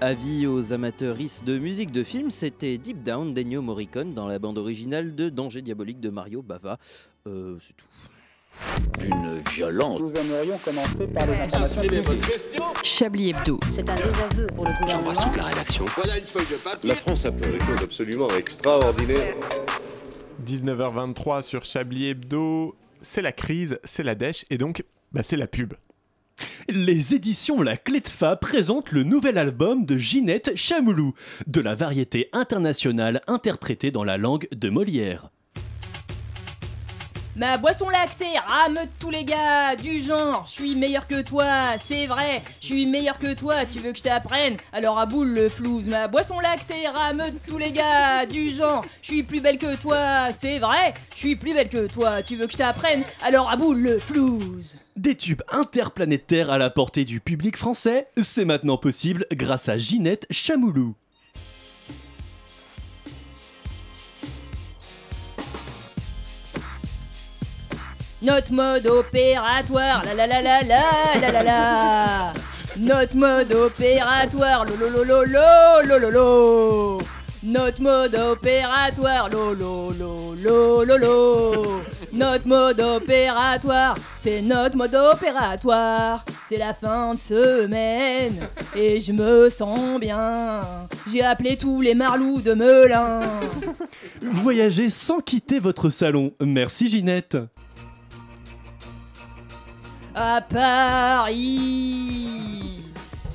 I: Avis aux amateuristes de musique de film, c'était Deep Down d'Ennio Morricone dans la bande originale de Danger diabolique de Mario Bava. Euh, c'est tout. Une violence.
L: Nous aimerions commencer par les
I: informations
G: Chablis Hebdo. C'est un désaveu pour le gouvernement.
L: toute la rédaction. Voilà une feuille de papier.
A: La France a fait des choses absolument extraordinaires. 19h23 sur Chablis Hebdo, c'est la crise, c'est la dèche et donc bah, c'est la pub.
H: Les éditions La Clé de Fa présentent le nouvel album de Ginette Chamoulou, de la variété internationale interprétée dans la langue de Molière.
E: Ma boisson lactée, rame tous les gars, du genre, je suis meilleur que toi, c'est vrai, je suis meilleur que toi, tu veux que je t'apprenne Alors à boule le flouze, ma boisson lactée, rame tous les gars, du genre, je suis plus belle que toi, c'est vrai, je suis plus belle que toi, tu veux que je t'apprenne Alors à boule le flouze
H: Des tubes interplanétaires à la portée du public français, c'est maintenant possible grâce à Ginette Chamoulou.
E: Notre mode opératoire, la la la la la la la la. Notre mode opératoire, lo lo lo lo lo lo lo lo. Notre mode opératoire, lo lo lo lo lo lo. Notre mode opératoire, c'est notre mode opératoire. C'est la fin de semaine et je me sens bien. J'ai appelé tous les marlous de Melun.
H: Voyagez sans quitter votre salon. Merci Ginette.
E: à Paris.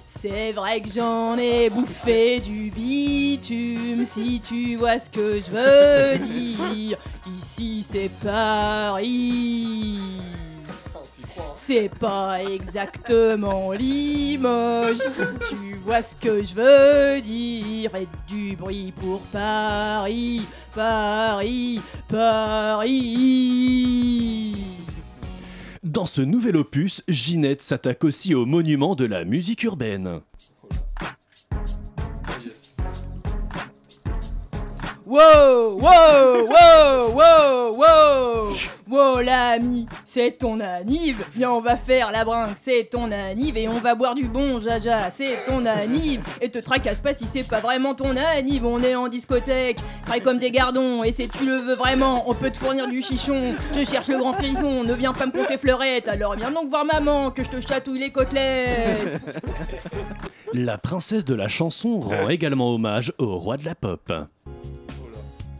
E: C'est vrai que j'en ai bouffé du bitume, si tu vois ce que je veux dire. Ici c'est Paris. C'est pas exactement Limoges, si tu vois ce que je veux dire. Faites du bruit pour Paris, Paris, Paris.
H: Dans ce nouvel opus, Ginette s'attaque aussi au monument de la musique urbaine.
E: Wow, wow, wow, wow, wow Wow l'ami, c'est ton anniv Viens on va faire la brinque, c'est ton anniv Et on va boire du bon jaja, c'est ton anniv Et te tracasse pas si c'est pas vraiment ton anniv On est en discothèque, travaille comme des gardons Et si tu le veux vraiment, on peut te fournir du chichon Je cherche le grand frison, ne viens pas me compter fleurette Alors viens donc voir maman, que je te chatouille les côtelettes
H: La princesse de la chanson rend également hommage au roi de la pop.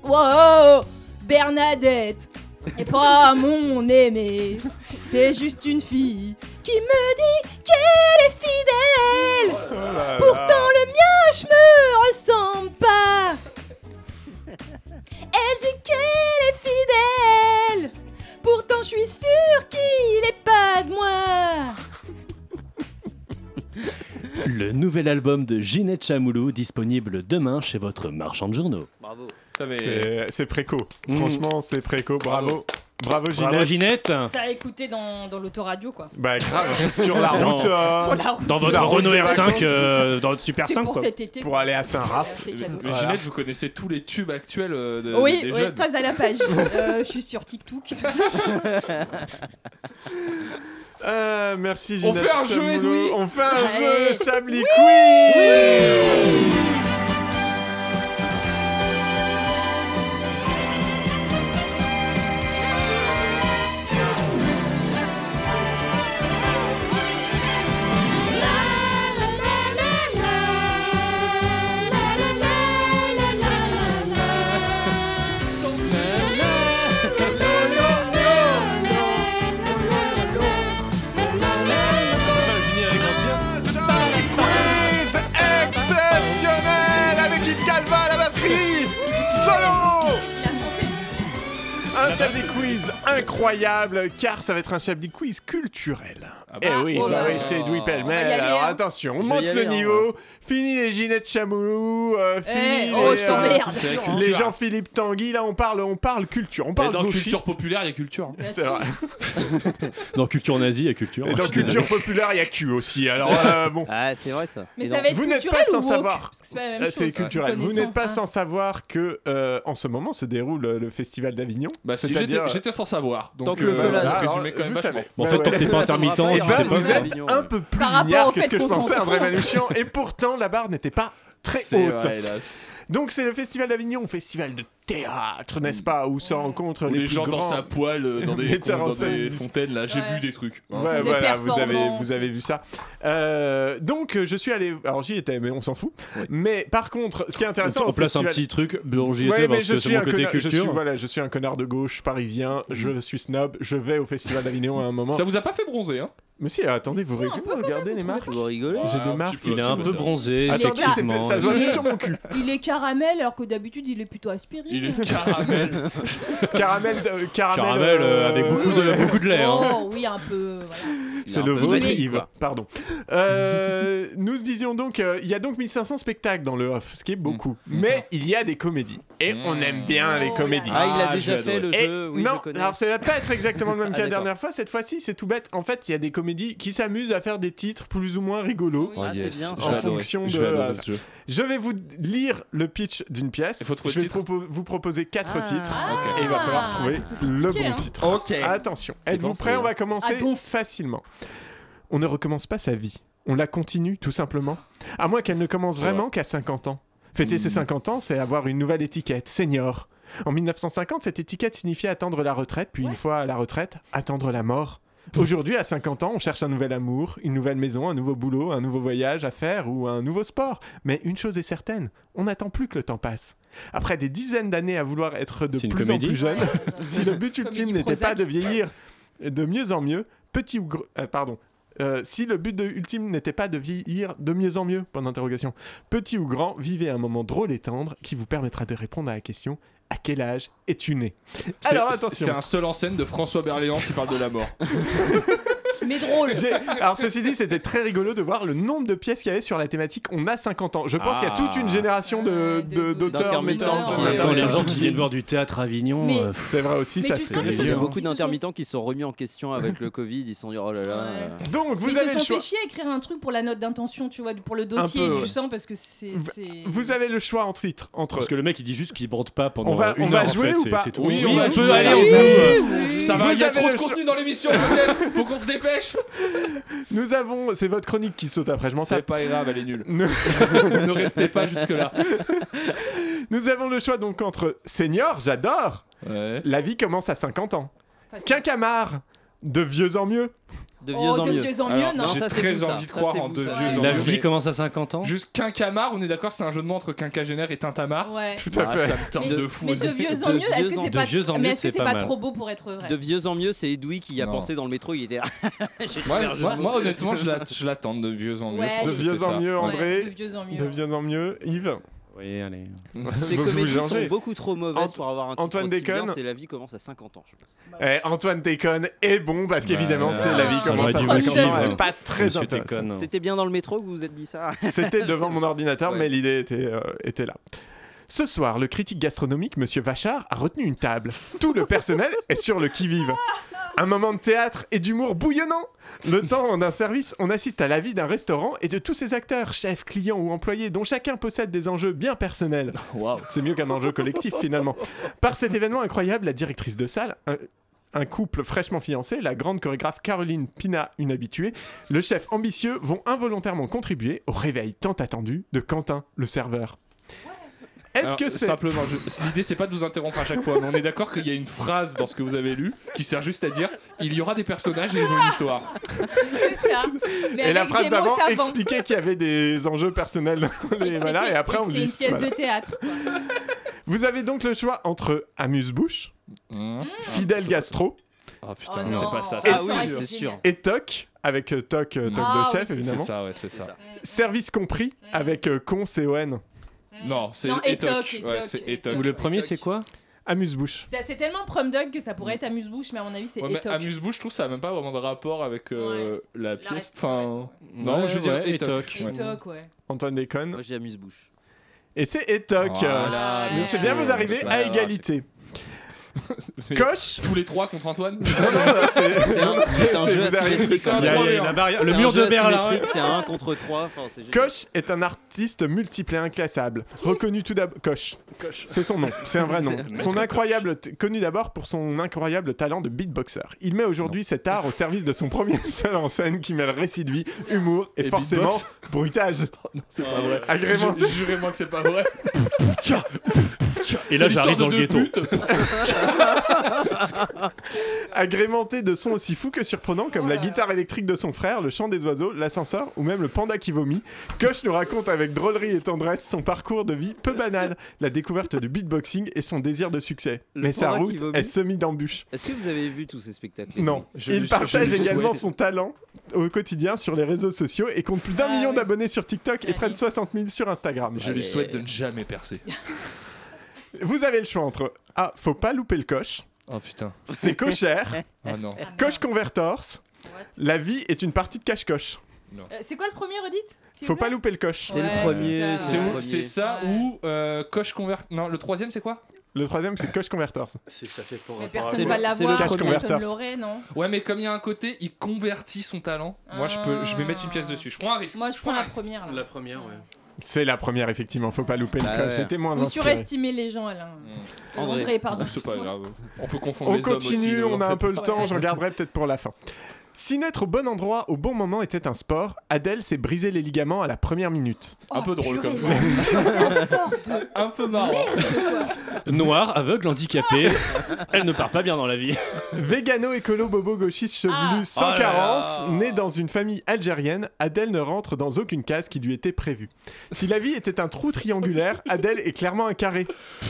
E: Wow Bernadette n'est pas mon aimée, c'est juste une fille qui me dit qu'elle est fidèle. Pourtant le mien je me ressemble pas. Elle dit qu'elle est fidèle. Pourtant je suis sûre qu'il est pas de moi.
H: Le nouvel album de Ginette Chamoulou disponible demain chez votre marchand de journaux.
F: Bravo.
A: C'est- C'est préco.
H: Mm.
A: Franchement, c'est préco. Bravo. Bravo, Ginette.
H: Bravo, Ginette.
E: Ça a écouté dans, dans l'autoradio quoi.
A: Bah, grave. sur la
H: Dans-
A: route. euh,
E: Sur la route.
H: Dans votre
A: la route
H: Renault
A: des
H: R5,
A: vacances.
H: euh, dans votre Super
E: C'est
H: 5.
E: pour
H: quoi.
E: cet été.
A: Pour aller à Saint-Raph.
E: C'est cadeau.
F: Mais
A: Voilà.
F: Ginette, vous connaissez tous les tubes actuels euh, de,
E: Oui,
F: des
E: oui,
F: jeunes.
E: toi à la page. Euh, je suis sur TikTok. tout ça.
A: Euh, merci
E: On
A: Ginette.
E: fait un jeu,
A: Chamoulot.
E: Edoui.
A: On fait un jeu
E: Allez.
A: Chablis
E: Oui.
A: Quiz. Quiz exceptionnel avec Yves Calva à la batterie. Solo. Un Chablis Quiz incroyable car ça va être un Chablis Quiz culturel.
F: bah.
A: eh oui,
F: Oh
A: bah
F: là.
A: oui, c'est Edoui Pellemel.
E: On va y aller,
A: Alors
E: hein.
A: attention, on
I: Je vais
A: monte
I: y
A: le
I: aller, hein.
A: niveau. Fini les Ginette Chamoulou, euh,
E: Eh,
A: fini
E: oh,
A: les, euh,
E: je t'emmerde.
F: C'est la
A: les
F: culture.
A: Jean-Philippe Tanguy. Là, on parle, on parle culture, on
F: Mais
A: parle
F: dans
A: gauchiste.
F: culture populaire, il y a culture.
E: Bah,
A: C'est vrai.
H: Dans Culture Nazie, à Culture.
A: Et
H: Je
A: dans
H: suis désolé.
A: culture populaire, il y a cul aussi. Alors euh, bon.
I: Ah, c'est vrai ça.
E: Mais
I: Et
E: ça
I: donc-
E: va être
A: Vous n'êtes
E: culturel
A: pas sans
E: ou woke
A: savoir.
E: Parce que c'est pas la même
A: Ah,
E: chose.
A: C'est culturel. Vous
E: connaissant.
A: n'êtes pas
E: Ah.
A: sans savoir que euh, en ce moment se déroule euh, le festival d'Avignon.
F: Bah, si,
A: C'est-à-dire-
F: j'étais- j'étais sans savoir. Donc,
I: Tant que le
F: euh,
I: feu là-
F: vous
A: Alors,
F: résumez quand même
A: vous
F: vachement.
A: savez.
H: Bon, en fait, tant que t'es pas intermittent,
I: Et
A: Eh
H: tu
I: bah,
A: ben,
H: sais
I: on
H: pas.
I: va
A: vous
I: faire
A: êtes
I: Avignon,
A: un
I: ouais.
A: peu plus
E: Par rapport
A: lignard
E: au
A: que
E: fait
A: ce que je
E: qu'on s'en
A: pensais, André
E: fout.
A: Manouchian, et pourtant la barre n'était pas très
F: C'est
A: haute.
F: vrai, hélas.
A: Donc c'est le Festival d'Avignon, festival de théâtre, n'est-ce pas, où se rencontrent
F: Où
A: les,
F: les
A: plus
F: gens
A: grands.
F: dansent à poil euh, dans des,
A: metteurs en
F: dans
A: scène.
F: des fontaines, là. J'ai
E: Ouais.
F: vu des trucs.
A: Ouais,
E: font des
A: voilà, vous avez,
E: performances.
A: vous avez vu ça. Euh, donc euh, je suis allé, alors j'y étais, mais on s'en fout. Mais par contre, ce qui est intéressant,
H: On
A: au
H: place un
A: festival-
H: petit truc, Burgi
A: Ouais, mais
H: parce
A: je
H: que c'est
A: suis,
H: mon
A: un
H: côté
A: connard, je, suis,
H: culture. Mhm.
A: voilà, je suis un connard de gauche parisien, je suis snob, je vais au Festival d'Avignon à un moment.
F: Ça vous a pas fait bronzer, hein
A: Mais si, attendez, vous
E: sont un peu
A: rigolez, regardez les marques.
I: Vous rigolez
A: J'ai
F: Ouais,
A: des
F: un
A: marques,
F: petit peu,
H: Il est un
F: petit
H: peu
F: ça.
H: bronzé,
A: Attendez, c'est
H: effectivement.
A: peut-être- ça se voit
E: Il est-
A: juste sur mon cul.
E: Il est caramel alors que d'habitude il est plutôt aspiré.
F: Il est caramel.
A: Caramel, euh, caramel,
H: Caramel euh,
A: euh,
H: avec beaucoup de, beaucoup de lait. hein.
E: Oh oui, un peu. voilà.
A: C'est
F: Il
A: le
F: est un peu
A: vôtre,
F: vieilli,
A: Yves.
F: quoi.
A: Pardon. Euh, nous disions donc, euh, il y a donc 1500 spectacles dans le off, ce qui est beaucoup. Mais il y a des comédies. Et
F: Mm.
A: on aime bien
E: Oh
A: les
E: là
A: comédies.
I: Ah, il
F: Ah,
I: a déjà
F: j'ai
I: fait le
A: Et
I: jeu. Oui,
A: non,
I: je connais.
A: alors ça va pas être exactement le même
I: Ah,
A: qu'à la
I: d'accord.
A: dernière fois. Cette fois-ci, c'est tout bête. En fait, il y a des comédies qui s'amusent à faire des titres plus ou moins rigolos.
I: Ah, c'est bien,
F: Je
A: ça.
F: vais
A: En
F: adorer.
A: fonction
F: Je
A: de-
F: vais adorer ce jeu.
A: Je vais vous lire le pitch d'une pièce.
F: Il faut trouver
A: Je vais
F: le titre.
A: propo- vous proposer quatre
I: Ah.
A: titres.
E: Ah,
A: Et il va falloir trouver
E: c'est sophistiqué,
A: le bon
E: hein.
A: titre.
I: Ok.
A: Attention,
I: C'est
A: êtes-vous
I: bon,
A: prêts
H: hein.
I: c'est
A: On va commencer
E: Ah, donc.
A: facilement. On ne recommence pas sa vie, on la continue tout simplement. À moins qu'elle ne commence vraiment qu'à 50 ans. Fêter
H: Mmh.
A: ses 50 ans, c'est avoir une nouvelle étiquette, senior. En 1950, cette étiquette signifiait attendre la retraite, puis une fois à la retraite, attendre la mort. Aujourd'hui, à 50 ans, on cherche un nouvel amour, une nouvelle maison, un nouveau boulot, un nouveau voyage à faire ou un nouveau sport. Mais une chose est certaine, on n'attend plus que le temps passe. Après des dizaines d'années à vouloir être de
H: C'est
A: plus
H: une
A: en
H: comédie
A: plus jeune, si le but
E: Comédie
A: ultime n'était pas
E: Prozac.
A: de vieillir de mieux en mieux, petit ou gros. euh, pardon. Euh, si le but de- ultime n'était pas de vieillir de mieux en mieux, point d'interrogation, petit ou grand, vivez un moment drôle et tendre qui vous permettra de répondre à la question à quel âge es-tu né
F: C'est-
A: Alors
F: c'est-
A: attention.
F: C'est un seul en scène de François Berléand qui parle de la mort.
E: Mais drôle.
A: J'ai- Alors ceci dit, c'était très rigolo de voir le nombre de pièces qu'il y avait sur la thématique. On a 50 ans. Je pense qu'il y a toute une génération de- de-
E: Ouais, de-
A: d'auteurs, metteurs
I: d'auteurs, metteurs.
A: scène,
H: En même temps, les
A: intermittents.
H: gens qui viennent voir du théâtre à Avignon.
E: Mais-
H: euh,
A: C'est vrai aussi,
E: Mais
A: ça
E: tu
A: c'est
E: sens que
I: Il
A: les
E: c'est
I: y a
A: vieux,
E: bon.
A: hein.
I: beaucoup d'intermittents qui se sont remis en question avec le Covid. Ils se sont dit oh là là.
E: Ouais.
I: euh,
A: Donc
E: Ils
A: vous
E: se
A: avez le
E: sont
A: choix.
E: fait chier à écrire un truc pour la note d'intention, tu vois, pour le dossier
A: peu,
E: du
A: ouais.
E: sang parce que c'est. c'est-
A: Vous avez le choix en titre entre
H: Parce que le mec il dit juste qu'il brode pas pendant
A: On va-
H: une
A: on va
H: heure, en
A: jouer
H: fait,
A: ou
H: c'est-
A: pas
H: c'est tout.
F: Oui,
H: on,
F: on va
H: peut
F: jouer,
H: aller,
F: allez,
H: on
F: on
H: joue.
F: Ça
A: Vous
F: va, il y a
A: avez
F: trop
A: le
F: de
A: choix.
F: contenu dans l'émission, peut-être. Faut qu'on se dépêche.
A: Nous avons, c'est votre chronique qui saute après, je m'en
F: C'est
A: tape.
F: pas grave, elle est nulle.
A: Nous,
F: ne restez pas jusque-là.
A: nous avons le choix donc entre Senior, j'adore,
F: Ouais.
A: la vie commence à 50 ans.
E: Facile.
A: Quinquamar, De vieux en mieux
I: De
E: vieux Oh, en de mieux. vieux en mieux, non.
F: J'ai
E: Ça, c'est
F: très
E: vous, ça.
F: envie de
E: Ça,
F: croire
E: c'est
F: en
E: vous,
F: de
E: ça.
F: vieux en mieux.
H: La vie commence à 50 ans.
F: Juste quinquamar, on est d'accord, c'est un jeu de mots entre quinquagénaire et tintamarre.
E: Ouais.
F: Tout à
I: Ah,
F: fait.
I: ça
F: me tente
E: mais,
F: de fou.
E: mais de vieux en
I: De
E: mieux, est-ce
I: vieux
E: que
I: en-
E: c'est
I: de
E: pas,
I: vieux en
E: mais
I: mieux,
E: est-ce que
I: c'est
E: c'est
I: pas
E: pas,
I: mal.
E: trop beau pour être vrai
I: De vieux en mieux, c'est Edoui qui y a
F: Non.
I: pensé dans le métro, il était. J'ai fait
F: Moi,
I: un jeu de
F: moi-
I: mots.
F: moi, honnêtement, je la- je l'attends de vieux en mieux.
E: Ouais,
F: je pense
A: De
F: que
A: vieux
F: c'est
A: en
F: ça.
A: mieux,
E: Ouais,
A: André.
E: de vieux en mieux.
A: De vieux en mieux, Yves.
H: Oui, allez.
I: Ces
A: Vous- vous
I: comédies
A: changez.
I: sont beaucoup trop mauvaises
A: Ant-
I: pour avoir un titre
A: Antoine
I: aussi bien,
A: Déconne.
I: C'est la vie commence à 50 ans, je pense.
A: Eh, Antoine Déconne est bon parce qu'évidemment,
F: Bah,
A: c'est la vie
E: putain,
A: commence
H: j'aurais
A: à 50
H: dû
E: vous
A: ans.
E: le
A: elle est pas très
H: Monsieur
A: intéressante.
H: Déconne.
I: C'était bien dans le métro que vous vous êtes dit ça
A: C'était devant mon ordinateur,
F: Ouais.
A: mais l'idée était, euh, était là. Ce soir, le critique gastronomique Monsieur Vachard a retenu une table. Tout le personnel est sur le qui-vive. Un moment de théâtre et d'humour bouillonnant. Le temps d'un service, on assiste à la vie d'un restaurant et de tous ses acteurs, chefs, clients ou employés, dont chacun possède des enjeux bien personnels.
F: Waouh.
A: C'est mieux qu'un enjeu collectif finalement. Par cet événement incroyable, la directrice de salle, un, un couple fraîchement fiancé, la grande chorégraphe Caroline Pina, une habituée, le chef ambitieux vont involontairement contribuer au réveil tant attendu de Quentin, le serveur. Est-ce
F: Alors,
A: que c'est
F: Ah, Simplement, je- l'idée c'est pas de vous interrompre à chaque fois, mais on est d'accord qu'il y a une phrase dans ce que vous avez lu qui sert juste à dire il y aura des personnages et ils ont une histoire.
E: C'est ça. Mais
A: et la
E: avec
A: phrase
E: des mots
A: d'avant
E: savants.
A: expliquait qu'il y avait des enjeux personnels dans les voilà, et
E: C'était-
A: après on
E: C'est une
A: liste.
E: pièce
A: voilà.
E: de théâtre.
A: Vous avez donc le choix entre amuse-bouche,
F: Mmh.
A: fidèle gastro
F: Ah putain,
E: Oh non.
F: c'est pas ça.
A: Et
F: ça.
A: Ah oui,
E: ça aurait été
I: c'est sûr.
E: génial.
A: et toc avec euh, toc euh, toc
E: Ah
A: de
E: oui,
A: chef
E: c'est
F: C'est
A: évidemment.
F: ça, ouais, c'est ça.
A: Service compris avec euh, con C O N.
F: Non, c'est
E: Non, et toc,
F: Etoc.
E: et
F: Ouais,
E: toc,
F: c'est
E: et
F: Etoc.
E: toc.
H: Ou le premier, c'est quoi
A: Amuse-bouche.
E: Ça, C'est tellement prom dog que ça
A: Mm.
E: pourrait être amuse-bouche, mais à mon avis, c'est
F: Ouais, mais
E: étoque.
F: Amuse-bouche, je trouve ça a même pas vraiment de rapport avec euh, la
E: La
F: pièce.
E: reste-
F: Enfin, non,
H: Ouais,
F: je veux dire
H: ouais,
F: Etoc. Ouais.
E: Étoque, ouais.
A: Antoine Déconne.
I: Moi j'ai amuse bouche.
A: Et c'est Etoc.
F: Voilà.
E: Ah,
A: Mais c'est bien, vous arrivez à
F: Voilà.
A: égalité. Coche
F: Tous les trois contre Antoine
A: Non, non, non, c'est- non, non,
I: un
A: c'est-
I: jeu
A: vous arrivez-
I: asymétrique,
A: c'est
F: un
A: un
H: Il y a
A: jeu.
F: jeu.
H: les-
F: hein.
H: la barrière-
I: C'est
H: Le
I: un
H: mur
I: jeu
H: de Berlin.
I: asymétrique, C'est un contre 3. Enfin, c'est génial.
A: Coche est un artiste multiple et inclassable, reconnu tout d'abord. Coche. C'est son nom, c'est un vrai nom.
I: C'est-
A: Son incroyable, t- connu d'abord pour son incroyable talent de beatboxer. Il met aujourd'hui cet art au service de son premier seul en scène qui mêle récit de vie, humour et,
F: Et
A: forcément
F: beatbox. Oh
A: bruitage.
F: Non, c'est pas vrai.
A: Agrémenté.
F: Ju- Jurez-moi que c'est pas vrai.
H: Et là,
F: C'est
H: j'arrive dans
F: l'histoire
H: le
F: de
H: ghetto.
F: deux putes.
A: Agrémenté de sons aussi fous que surprenants comme la guitare électrique de son frère, le chant des oiseaux, l'ascenseur ou même le panda qui vomit, Koch nous raconte avec drôlerie et tendresse son parcours de vie peu banal, la découverte du beatboxing et son désir de succès.
I: Le
A: Mais sa
I: panda qui
A: route
I: vomit.
A: est semée d'embûches.
I: Est-ce que vous avez vu tous ces spectacles les
A: Non,
I: amis
A: il partage également son talent au quotidien sur les réseaux sociaux et compte plus d'un
E: Ah
A: million
E: oui.
A: d'abonnés sur TikTok et
I: Ah
E: Ouais.
A: près de 60 000 sur Instagram.
F: Je lui souhaite de ne jamais percer.
A: Vous avez le choix entre Ah, faut pas louper le coche,
F: Oh putain.
A: c'est cochère,
F: Ah non.
H: Euh,
E: Ah, merde.
A: coche convertors, la vie est une partie de cache-coche.
E: Euh, C'est quoi le premier, Redite s'il
A: Faut
E: vous
A: pas
E: plaît
A: louper le coche.
I: C'est
E: Ouais,
I: le premier.
E: c'est ça.
F: C'est
I: le
F: où-
I: premier.
F: c'est ça
E: Ouais.
F: ou euh, coche convert. Non, le troisième c'est quoi
A: Le troisième, c'est Coche Converters.
L: Ça fait pour
E: Mais
L: rapport à
E: personne
I: C'est
E: va
I: le-
E: l'avoir,
H: Ah,
I: c'est le
A: Cash
E: personne
A: Converters.
E: l'aurait, non
F: Ouais, mais comme il y a un côté, il convertit son talent. Moi, je peux, je vais mettre une pièce dessus. Je prends un risque.
E: Moi, je prends la
F: un risque.
E: première. là.
H: première, ouais.
A: C'est la première, effectivement. Faut pas louper
F: Ah,
I: Bah
A: le coche.
I: ouais.
A: J'étais moins
E: Vous
A: inspiré.
E: surestimez les gens, Alain. Euh,
I: André.
E: André, pardon.
F: Ah, C'est pas grave. On peut confondre
A: On
F: les hommes aussi,
A: continue,
F: nous,
A: on a
F: en
A: un
F: fait.
A: peu le temps.
E: Ouais.
A: J'en garderai peut-être pour la fin. Si naître au bon endroit, au bon moment était un sport, Adèle s'est brisé les ligaments à la première minute.
F: Un peu drôle comme
E: purée, là. Fort de-
F: Un peu marrant.
H: Noire, aveugle, handicapée. Elle ne part pas bien dans la vie.
A: Végano, écolo, bobo, gauchiste, chevelu,
E: Ah.
A: sans
H: Oh là
A: carence,
H: là.
A: né dans une famille algérienne, Adèle ne rentre dans aucune case qui lui était prévue. Si la vie était un trou triangulaire, Adèle est clairement un carré.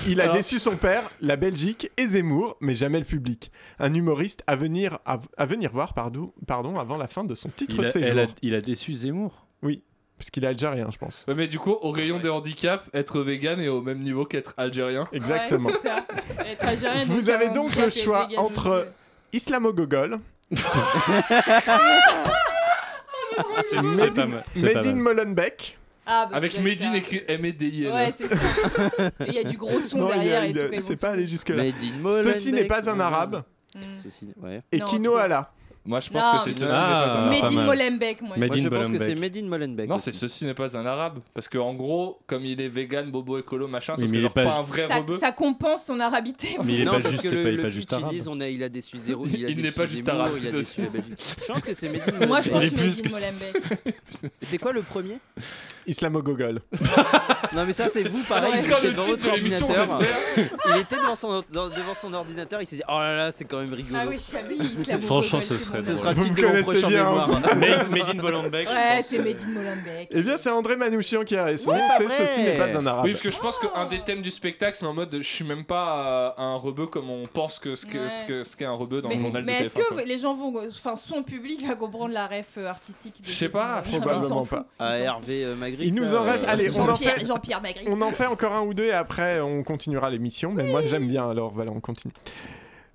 A: Il a
H: Alors-
A: déçu son père, la Belgique et Zemmour, mais jamais le public. Un humoriste à venir, à, à venir voir pardon, pardon, avant la fin de son titre
H: Il
A: de
H: a,
A: séjour.
H: elle a- il a déçu Zemmour.
A: Parce qu'il est algérien, je pense.
F: Ouais, mais du coup, au rayon des handicaps, être vegan est au même niveau qu'être algérien.
A: Exactement.
E: Ouais, c'est ça. Être algérien, euh,
A: Vous avez donc
E: handicap
A: le choix
E: et vegan
A: entre- Islamo-gogol,
H: C'est
A: Made
H: pas
A: in-
H: mal, c'est pas
A: Made in
H: mal.
A: Molenbeek.
E: Ah, bah,
F: Avec euh.
E: c'est
F: Medine
E: ça.
F: écrit M-E-D-I-N.
E: Ouais, c'est ça. Et Il y a du gros son
A: Non, il y
E: derrière
A: a-
E: et
A: il y a-
E: tout. elles
A: c'est
E: vont
A: pas allé jusque-là.
I: Made in
A: Ceci n'est
I: Molenbeek.
A: pas un arabe.
E: Mm.
I: Ceci n'est- ouais.
A: et
E: Non,
A: Kino
E: trop.
A: Allah.
F: Moi, je pense
E: Non,
F: que c'est
E: mais-
F: ceci
H: Ah.
F: n'est pas un
H: Mais
F: arabe.
H: pas
E: Made in
H: mal.
E: Molenbeek, moi.
H: Made
I: Moi, je
H: in
I: pense que c'est
H: Molenbeek.
I: Made in Molenbeek.
F: Non,
I: aussi.
F: c'est ceci n'est pas un arabe. Parce que en gros, comme il est vegan, bobo, écolo, machin,
H: Oui,
F: c'est
H: mais il
F: genre
H: est
F: pas...
H: pas-
F: un vrai
E: Ça,
F: rebeu.
E: ça compense son arabité.
H: Mais il est
I: non,
H: pas
I: parce
H: juste,
I: que
H: c'est
I: le,
H: pas, il est
I: le
H: pas
I: but
H: juste
I: qu'ils
H: arabe.
I: disent, on a, il a déçu zéro. Il, a
F: Il n'est
I: déçu
F: pas juste
I: Zemmour,
F: arabe,
I: il a déçu
F: c'est aussi.
I: la Belgique. Je pense que c'est Made in Molenbeek.
E: Moi, je pense
F: Il est plus
E: Made
F: que
E: in
F: ça.
E: Molenbeek.
I: C'est quoi le premier
A: Islamo-gogol.
I: Non, mais ça, c'est vous, pareil.
F: Ce
I: vous
F: sera
I: étiez
F: Ah, le
I: devant
F: titre
I: votre
F: de l'émission,
I: ordinateur.
F: j'espère.
I: Il était devant son, or- dans- devant son ordinateur, il s'est dit Oh là là, c'est quand même rigolo.
E: Ah oui, Chablis, il se la vaut
H: Franchement,
E: pas,
H: ce
E: c'est
I: Ce
F: très drôle.
I: sera le Vous titre me de mon connaissez prochain bien, mémoire. hein.
H: Made- Made in Molenbeek,
E: Ouais, c'est Made in Molenbeek.
A: Eh bien, c'est André Manouchian qui a raison. C'est- Ceci n'est pas
H: Ah,
A: un
H: bah.
A: arabe.
F: Oui, parce que je pense qu'un des thèmes du spectacle, c'est en mode je suis même pas euh, un rebeu comme on pense que ce qu'est
E: Ouais.
F: ce que, ce qu'est un rebeu dans
E: mais
F: le journal
E: mais
F: de
E: est-ce
F: TF1,
E: que
F: quoi.
E: les gens vont, enfin son public va comprendre la ref euh, artistique de
F: Je sais
E: Jason
F: pas,
E: Moran.
J: Ah,
A: Probablement pas.
I: À Hervé euh, Magritte.
A: Il nous en
I: là,
A: reste.
I: euh,
A: Allez, on en
E: Jean-Pierre-
A: fait.
E: Jean-Pierre Magritte.
A: On en fait encore un ou deux et après on continuera l'émission. Mais moi j'aime bien. Alors voilà, on continue.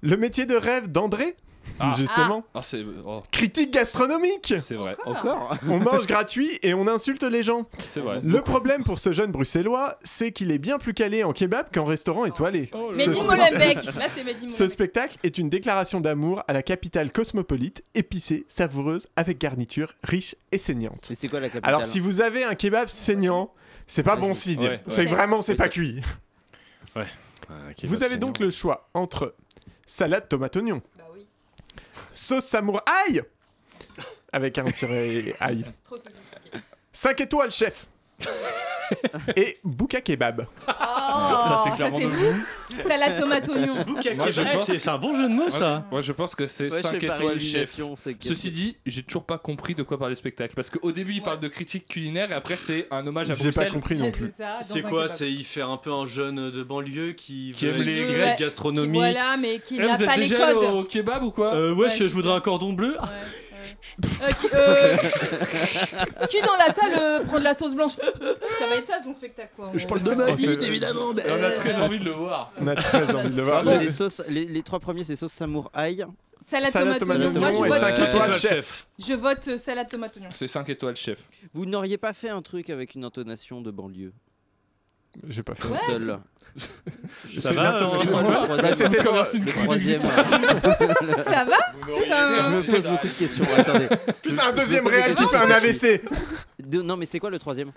A: Le métier de rêve d'André.
F: Ah.
A: Justement.
F: Ah, c'est. oh.
A: Critique gastronomique
F: C'est vrai. Oh,
A: Encore On mange gratuit et on insulte les gens.
F: C'est vrai.
A: Le problème pour ce jeune bruxellois, c'est qu'il est bien plus calé en kebab qu'en restaurant étoilé.
F: Oh,
E: là
A: Ce
E: Mehdi
A: spect-
E: Molenbeek. Là, c'est Mehdi
A: Ce
E: Molenbeek.
A: spectacle est une déclaration d'amour à la capitale cosmopolite, épicée, savoureuse, avec garniture riche et saignante.
I: c'est quoi la capitale
A: Alors si vous avez un kebab saignant, c'est pas bon signe.
F: Ouais, ouais.
A: C'est que vraiment c'est
F: Oui,
A: pas
F: ça-
A: cuit.
F: Ouais.
H: Ah, bah,
A: Vous avez donc le choix entre salade tomate oignon, sauce samouraï avec un tiret aïe, 5 étoiles chef et bouka kebab.
E: Oh,
A: Ça, c'est clairement
E: c'est
A: de
E: vous. Salade tomate oignon.
H: Moi, je pense que- c'est un bon jeu de mots, ça.
F: Moi, je pense que c'est
I: Ouais, je
F: 5
I: fais par
F: étoiles chef.
I: élimination, c'est que-
F: Ceci dit, j'ai toujours pas compris de quoi parle le spectacle. Parce qu'au début, il parle de critique culinaire et après, c'est un hommage à
A: J'ai pas
F: Bruxelles.
A: compris non plus.
M: C'est quoi C'est il fait un peu un jeune de banlieue qui,
F: Qui
M: veut
F: aime
M: être
F: les-
M: grec,
F: Ouais, qui-
M: gastronomie.
E: voilà, mais qui
M: Eh,
E: n'a
M: vous êtes
E: pas les
M: déjà allé
E: codes.
M: au
F: kebab ou quoi
M: euh, Ouais, je, je voudrais un cordon bleu.
E: Euh, qui, euh, qui dans la salle euh, prend de la sauce blanche Ça va être ça son spectacle quoi.
I: Je parle de ma
A: Oh,
I: vie,
A: c'est-
I: évidemment. Ah,
A: on a très envie
F: de le voir.
A: On a très envie de le voir.
I: les, sauces- les- les trois premiers, c'est sauce samouraï.
E: Salade Salade tomate tomate oignon. oignon. Moi, je vote- Cinq étoiles chef. Je vote euh, salade tomate oignon.
F: C'est 5 étoiles chef.
I: Vous n'auriez pas fait un truc avec une intonation de banlieue
A: J'ai pas fait.
I: Tout
A: What
I: seul.
A: Ça va, hein, excuse-moi. Bah, c'était
I: le
A: traverse une crise
I: troisième.
A: existentielle.
E: Ça va
I: Je me pose beaucoup de questions. Attendez.
A: Putain,
I: Je-
A: un
I: je
A: deuxième
I: me pose des
A: réel qui
I: questions.
A: fait un AVC.
I: Deux- Non, mais c'est quoi le troisième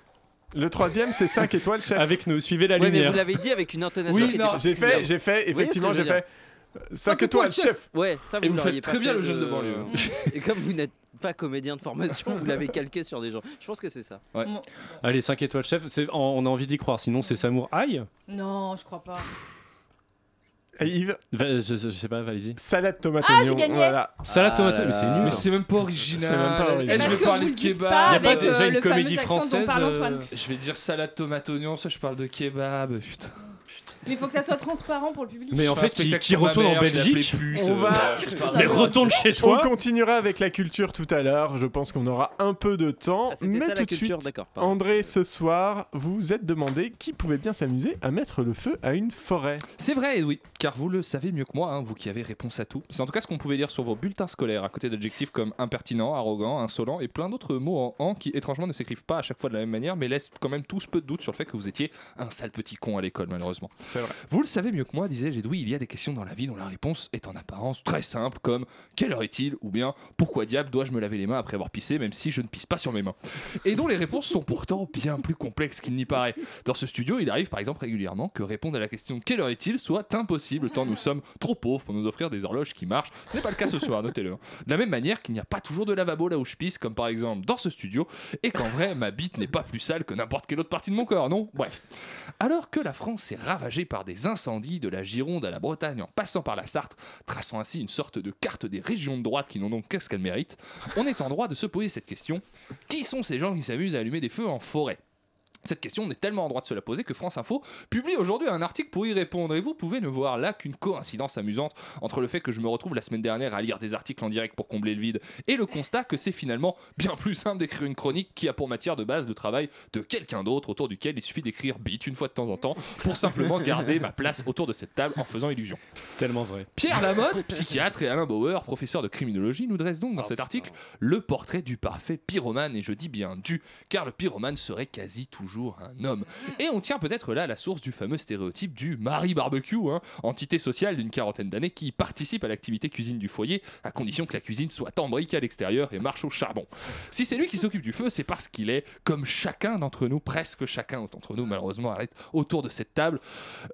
A: Le troisième, c'est 5 étoiles chef.
M: Avec nous, suivez la
I: Ouais, mais vous l'avez dit avec une intonation.
A: Oui,
I: qui
A: non,
I: était
A: j'ai
I: particulière.
A: fait- j'ai fait,
I: Vous voyez ce que
A: effectivement,
I: je veux
A: j'ai
I: dire
A: fait, euh, cinq étoiles, chef.
I: Ouais, ça vous
A: Et vous
I: l'auriez
A: faites
I: pas
A: très bien
I: fait
A: le jeune de banlieue. hein.
I: Et comme vous n'êtes pas comédien de formation, vous l'avez calqué sur des gens. Je pense que c'est ça.
F: Ouais.
M: Allez, 5 étoiles chef, c'est- on- on a envie d'y croire, sinon c'est samouraï.
E: Non, je crois pas.
A: Yves
M: Va- je, je- je sais pas, vas-y.
A: Salade tomate
E: Ah, j'ai oignon, gagné. voilà.
M: Salade
F: Ah
M: tomate
F: là
M: oignon, mais c'est
F: là.
M: nul.
F: Mais c'est même pas original.
M: C'est même pas
F: Eh,
M: original.
F: je vais
M: Parce que
F: parler
M: vous
F: de
M: le dites
F: kebab.
M: pas Y a pas avec, déjà euh, une le comédie fameux accent dont française, parle Antoine. euh,
F: Je vais dire salade tomate oignon, ça je parle de kebab. Putain.
E: Mais il faut que ça soit transparent pour le public.
M: Mais en
F: Je
M: fait,
F: fais un
M: qui-
F: spectacle
M: qui
F: sur ma
M: retourne en
F: mère, je l'appelais
M: Belgique.
F: pute,
A: On
F: euh,
A: va.
F: voilà, je sais pas.
A: On continuera avec la culture tout à l'heure. Je pense qu'on aura un peu de temps.
I: Ah, c'était
A: mais
I: ça, la
A: tout de
I: culture,
A: suite,
I: d'accord, pardon.
A: André, ce soir, vous vous êtes demandé qui pouvait bien s'amuser à mettre le feu à une forêt.
F: C'est vrai, oui, car vous le savez mieux que moi, hein, vous qui avez réponse à tout. C'est en tout cas ce qu'on pouvait lire sur vos bulletins scolaires, à côté d'adjectifs comme impertinent, arrogant, insolent et plein d'autres mots en en qui étrangement ne s'écrivent pas à chaque fois de la même manière, mais laissent quand même tous peu de doute sur le fait que vous étiez un sale petit con à l'école, malheureusement.
A: C'est vrai.
F: Vous le savez mieux que moi, disait Gédoui, il y a des questions dans la vie dont la réponse est en apparence très simple, comme quelle heure est-il ou bien pourquoi diable dois-je me laver les mains après avoir pissé, même si je ne pisse pas sur mes mains Et dont les réponses sont pourtant bien plus complexes qu'il n'y paraît. Dans ce studio, il arrive par exemple régulièrement que répondre à la question quelle heure est-il soit impossible tant nous sommes trop pauvres pour nous offrir des horloges qui marchent. Ce n'est pas le cas ce soir, notez-le. hein. De la même manière qu'il n'y a pas toujours de lavabo là où je pisse, comme par exemple dans ce studio, et qu'en vrai, ma bite n'est pas plus sale que n'importe quelle autre partie de mon corps, non Bref. Alors que la France est ravagée par des incendies de la Gironde à la Bretagne en passant par la Sarthe, traçant ainsi une sorte de carte des régions de droite qui n'ont donc qu'est-ce qu'elles méritent, on est en droit de se poser cette question qui sont ces gens qui s'amusent à allumer des feux en forêt cette question, on est tellement en droit de se la poser que France Info publie aujourd'hui un article pour y répondre. Et vous pouvez ne voir là qu'une coïncidence amusante entre le fait que je me retrouve la semaine dernière à lire des articles en direct pour combler le vide et le constat que c'est finalement bien plus simple d'écrire une chronique qui a pour matière de base le travail de quelqu'un d'autre autour duquel il suffit d'écrire bite une fois de temps en temps pour simplement garder ma place autour de cette table en faisant illusion.
M: Tellement vrai.
F: Pierre Lamotte, psychiatre, et Alain Bauer, professeur de criminologie, nous dressent
M: Ah,
F: donc dans cet article le portrait du parfait pyromane, et je dis bien du, car le pyromane serait quasi toujours un homme. Et on tient peut-être là à la source du fameux stéréotype du mari barbecue, hein, entité sociale d'une quarantaine d'années qui participe à l'activité cuisine du foyer, à condition que la cuisine soit en briques à l'extérieur et marche au charbon. Si c'est lui qui s'occupe du feu, c'est parce qu'il est, comme chacun d'entre nous, presque chacun d'entre nous, malheureusement, arrête, autour de cette table,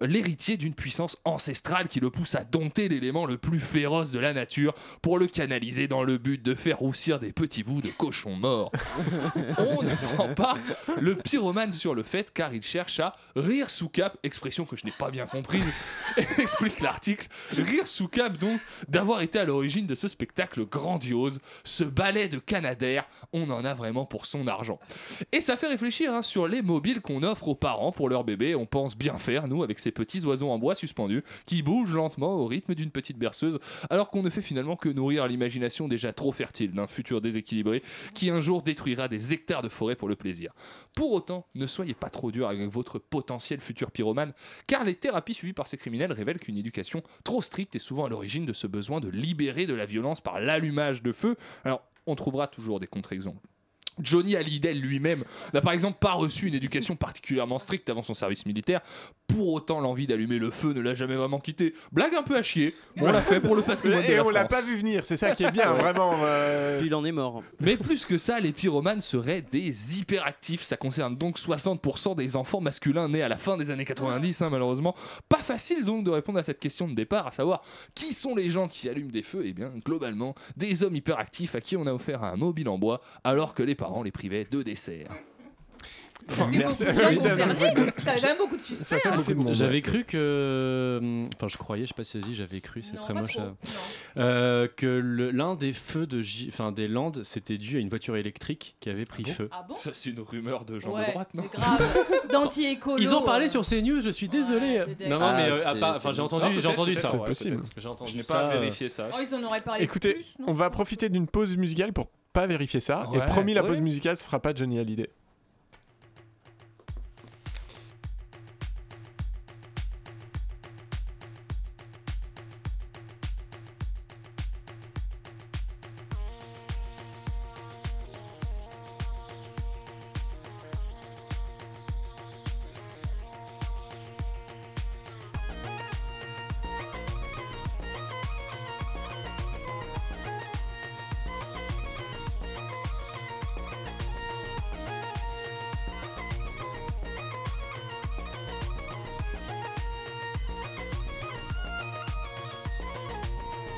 F: euh, l'héritier d'une puissance ancestrale qui le pousse à dompter l'élément le plus féroce de la nature pour le canaliser dans le but de faire roussir des petits bouts de cochons morts. On ne prend pas le pyromane panne sur le fait car il cherche à rire sous cap, expression que je n'ai pas bien comprise, explique l'article. Rire sous cap donc d'avoir été à l'origine de ce spectacle grandiose, ce ballet de Canadair, on en a vraiment pour son argent. Et ça fait réfléchir hein, sur les mobiles qu'on offre aux parents pour leurs bébés. On pense bien faire, nous, avec ces petits oiseaux en bois suspendus qui bougent lentement au rythme d'une petite berceuse, alors qu'on ne fait finalement que nourrir l'imagination déjà trop fertile d'un futur déséquilibré qui un jour détruira des hectares de forêt pour le plaisir. Pour autant, ne soyez pas trop dur avec votre potentiel futur pyromane, car les thérapies suivies par ces criminels révèlent qu'une éducation trop stricte est souvent à l'origine de ce besoin de libérer de la violence par l'allumage de feu. Alors, on trouvera toujours des contre-exemples. Johnny Hallyday lui-même n'a par exemple pas reçu une éducation particulièrement stricte avant son service militaire. Pour autant, l'envie d'allumer le feu ne l'a jamais vraiment quitté. Blague un peu à chier. mais On l'a fait pour le patrimoine de
A: Et
F: la
A: on l'a
F: France.
A: pas vu venir, c'est ça qui est bien,
F: Ouais.
A: vraiment. euh.
I: Puis il en est mort.
F: Mais plus que ça, les pyromanes seraient des hyperactifs. Ça concerne donc 60% des enfants masculins nés à la fin des années 90, hein, malheureusement. Pas facile donc de répondre à cette question de départ, à savoir qui sont les gens qui allument des feux Eh bien, globalement, des hommes hyperactifs à qui on a offert un mobile en bois alors que les parents les privaient de dessert.
E: Ça fait
H: Merci.
E: beaucoup de gens
H: Oui, t'as-
E: concernés. Ça fait quand même beaucoup de suspects. hein.
H: J'avais cru que. euh, Enfin, je croyais, je sais pas si vas-y, j'avais cru, c'est
E: Non,
H: très
E: pas
H: moche.
E: trop,
H: ça. Euh, que le- l'un des feux de J- enfin, des Landes, c'était dû à une voiture électrique qui avait pris
F: bon
H: feu.
E: Ah bon
F: Ça, c'est une rumeur de gens de
E: Ouais,
F: droite, non
E: mais grave.
M: Oh
E: D'anti-écolo.
H: Ils ont parlé
E: euh.
H: sur CNews, je suis désolé.
E: peut-être.
H: non, non,
F: Ah,
H: mais euh,
F: c'est-
H: à part-
F: c'est
H: enfin, j'ai
F: bon.
H: entendu,
F: Ah,
H: j'ai
F: peut-être,
H: entendu
F: peut-être,
H: ça.
F: c'est
H: ouais,
F: possible.
H: peut-être. J'ai entendu
F: Je n'ai
H: ça,
F: pas
H: euh,
F: vérifié ça.
E: Oh, ils en auraient parlé.
A: Écoutez,
E: plus, non
A: on va profiter d'une pause musicale pour pas vérifier ça.
F: Ouais.
A: et promis, la
F: Ouais.
A: pause musicale, ce sera pas Johnny Hallyday.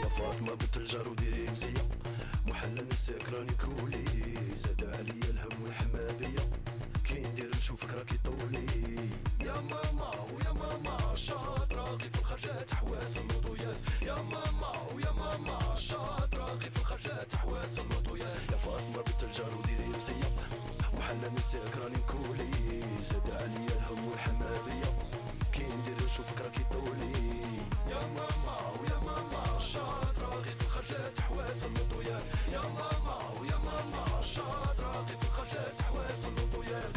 N: يا فاطمة بنت الجار وديري مزية محل نساك راني كولي زاد عليا الهم والحمادية كي ندير نشوفك راكي طولي يا ماما ويا ماما شاطرة غي في الخرجات حواس النضويات يا ماما ويا ماما شاطرة غي في الخرجات حواس النضويات يا فاطمة بنت الجار وديري مزية محل نساك راني كولي زاد عليا الهم والحمادية كي ندير نشوفك راكي طولي يا ماما ويا ماما شاطرة غي في الخرجات حواس النطويات يا ماما ويا ماما شاطرة غي في الخرجات حواس النطويات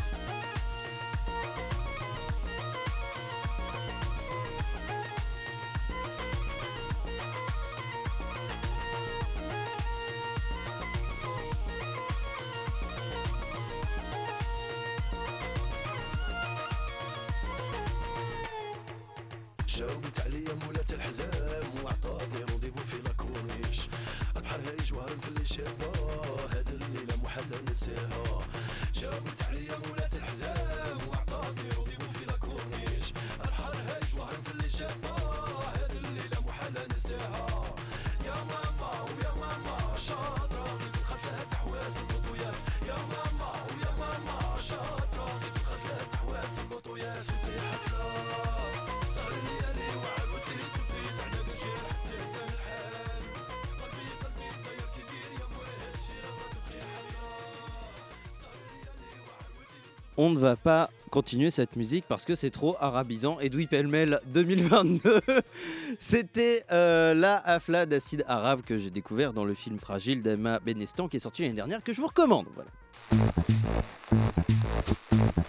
N: جاوبت عليا مولات الحزام وعطاتني رونديفو في لاكورنيش بحرها جوهر في اللي شافاه هاد الليلة محلا نساها جاوبت عليا مولات الحزام وعطاتني رونديفو في لاكورنيش بحرها جوهر في اللي شافاه هاد الليلة محلا نساها يا ماما ويا ماما شاطرة في الخفات حواس البطويات يا ماما ويا ماما شاطرة في الخفات حواس البطويات في حفلة صار الليالي وعاودتني تبديت على الجيل حتى كان الحال قلبي قلبي طير كبير يا بويا هادشي راه تبقي
I: On ne va pas continuer cette musique parce que c'est trop arabisant. Edoui Pellemel 2022. C'était euh, la hafla d'acide arabe que j'ai découvert dans le film Fragile d'Emma Benestan qui est sorti l'année dernière que je vous recommande. Voilà.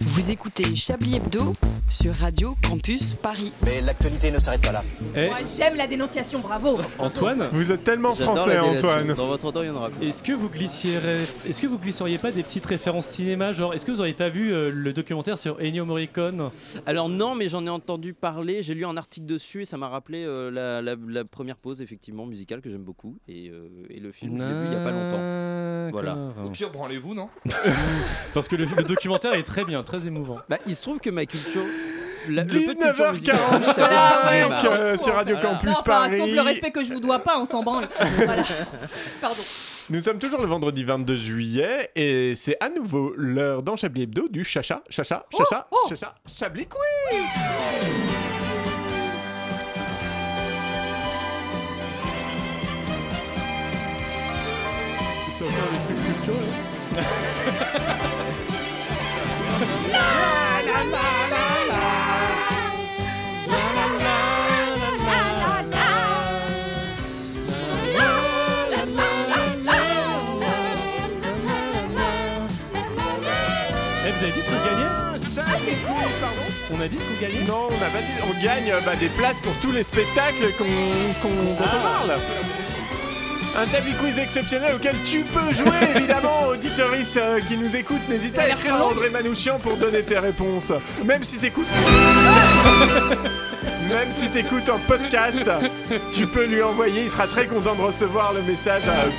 J: Vous écoutez Chablis Hebdo sur Radio Campus Paris. Mais l'actualité ne s'arrête pas là.
E: Moi, j'aime la dénonciation, bravo.
H: Antoine
A: Vous êtes tellement
I: J'adore français, la délation. Antoine. Dans
H: votre temps, il y en aura Est-ce que vous glisseriez... Est-ce que vous glisseriez pas des petites références cinéma Genre, est-ce que vous auriez pas vu euh, le documentaire sur Ennio Morricone
I: Alors non, mais j'en ai entendu parler, j'ai lu un article dessus et ça m'a rappelé euh, la, la- la première pause effectivement musicale que j'aime beaucoup et, euh, et le film je l'ai vu il y a pas longtemps. Voilà.
F: Au pire, branlez-vous, non
H: Parce que le, le documentaire est très bien, très émouvant.
I: Bah, il se trouve que ma culture.
H: la- le peu de culture musicale.
A: 19h45 euh, sur Radio
H: Voilà.
A: Campus
E: Non, enfin, sauf
A: Paris.
E: le respect que je vous dois pas, on s'en branle. Voilà. Pardon.
A: Nous sommes toujours le vendredi 22 juillet et c'est à nouveau l'heure dans Chablis Hebdo du Chacha, Chacha,
E: Oh,
A: Chacha, Chacha, Chablis Quiz
M: Eh, vous avez dit ce qu'on gagnait
A: On a dit ce qu'on gagnait Non, on n'a pas dit. On gagne euh, bah, des places pour tous les spectacles qu'on qu'on- dont on parle. Un Chablis Quiz exceptionnel auquel tu peux jouer, évidemment, auditoris euh, qui nous écoute. N'hésite pas à écrire à André Manouchian pour donner tes réponses. Même si t'écoutes. Même si t'écoutes en podcast, tu peux lui envoyer. Il sera très content de recevoir le message. euh,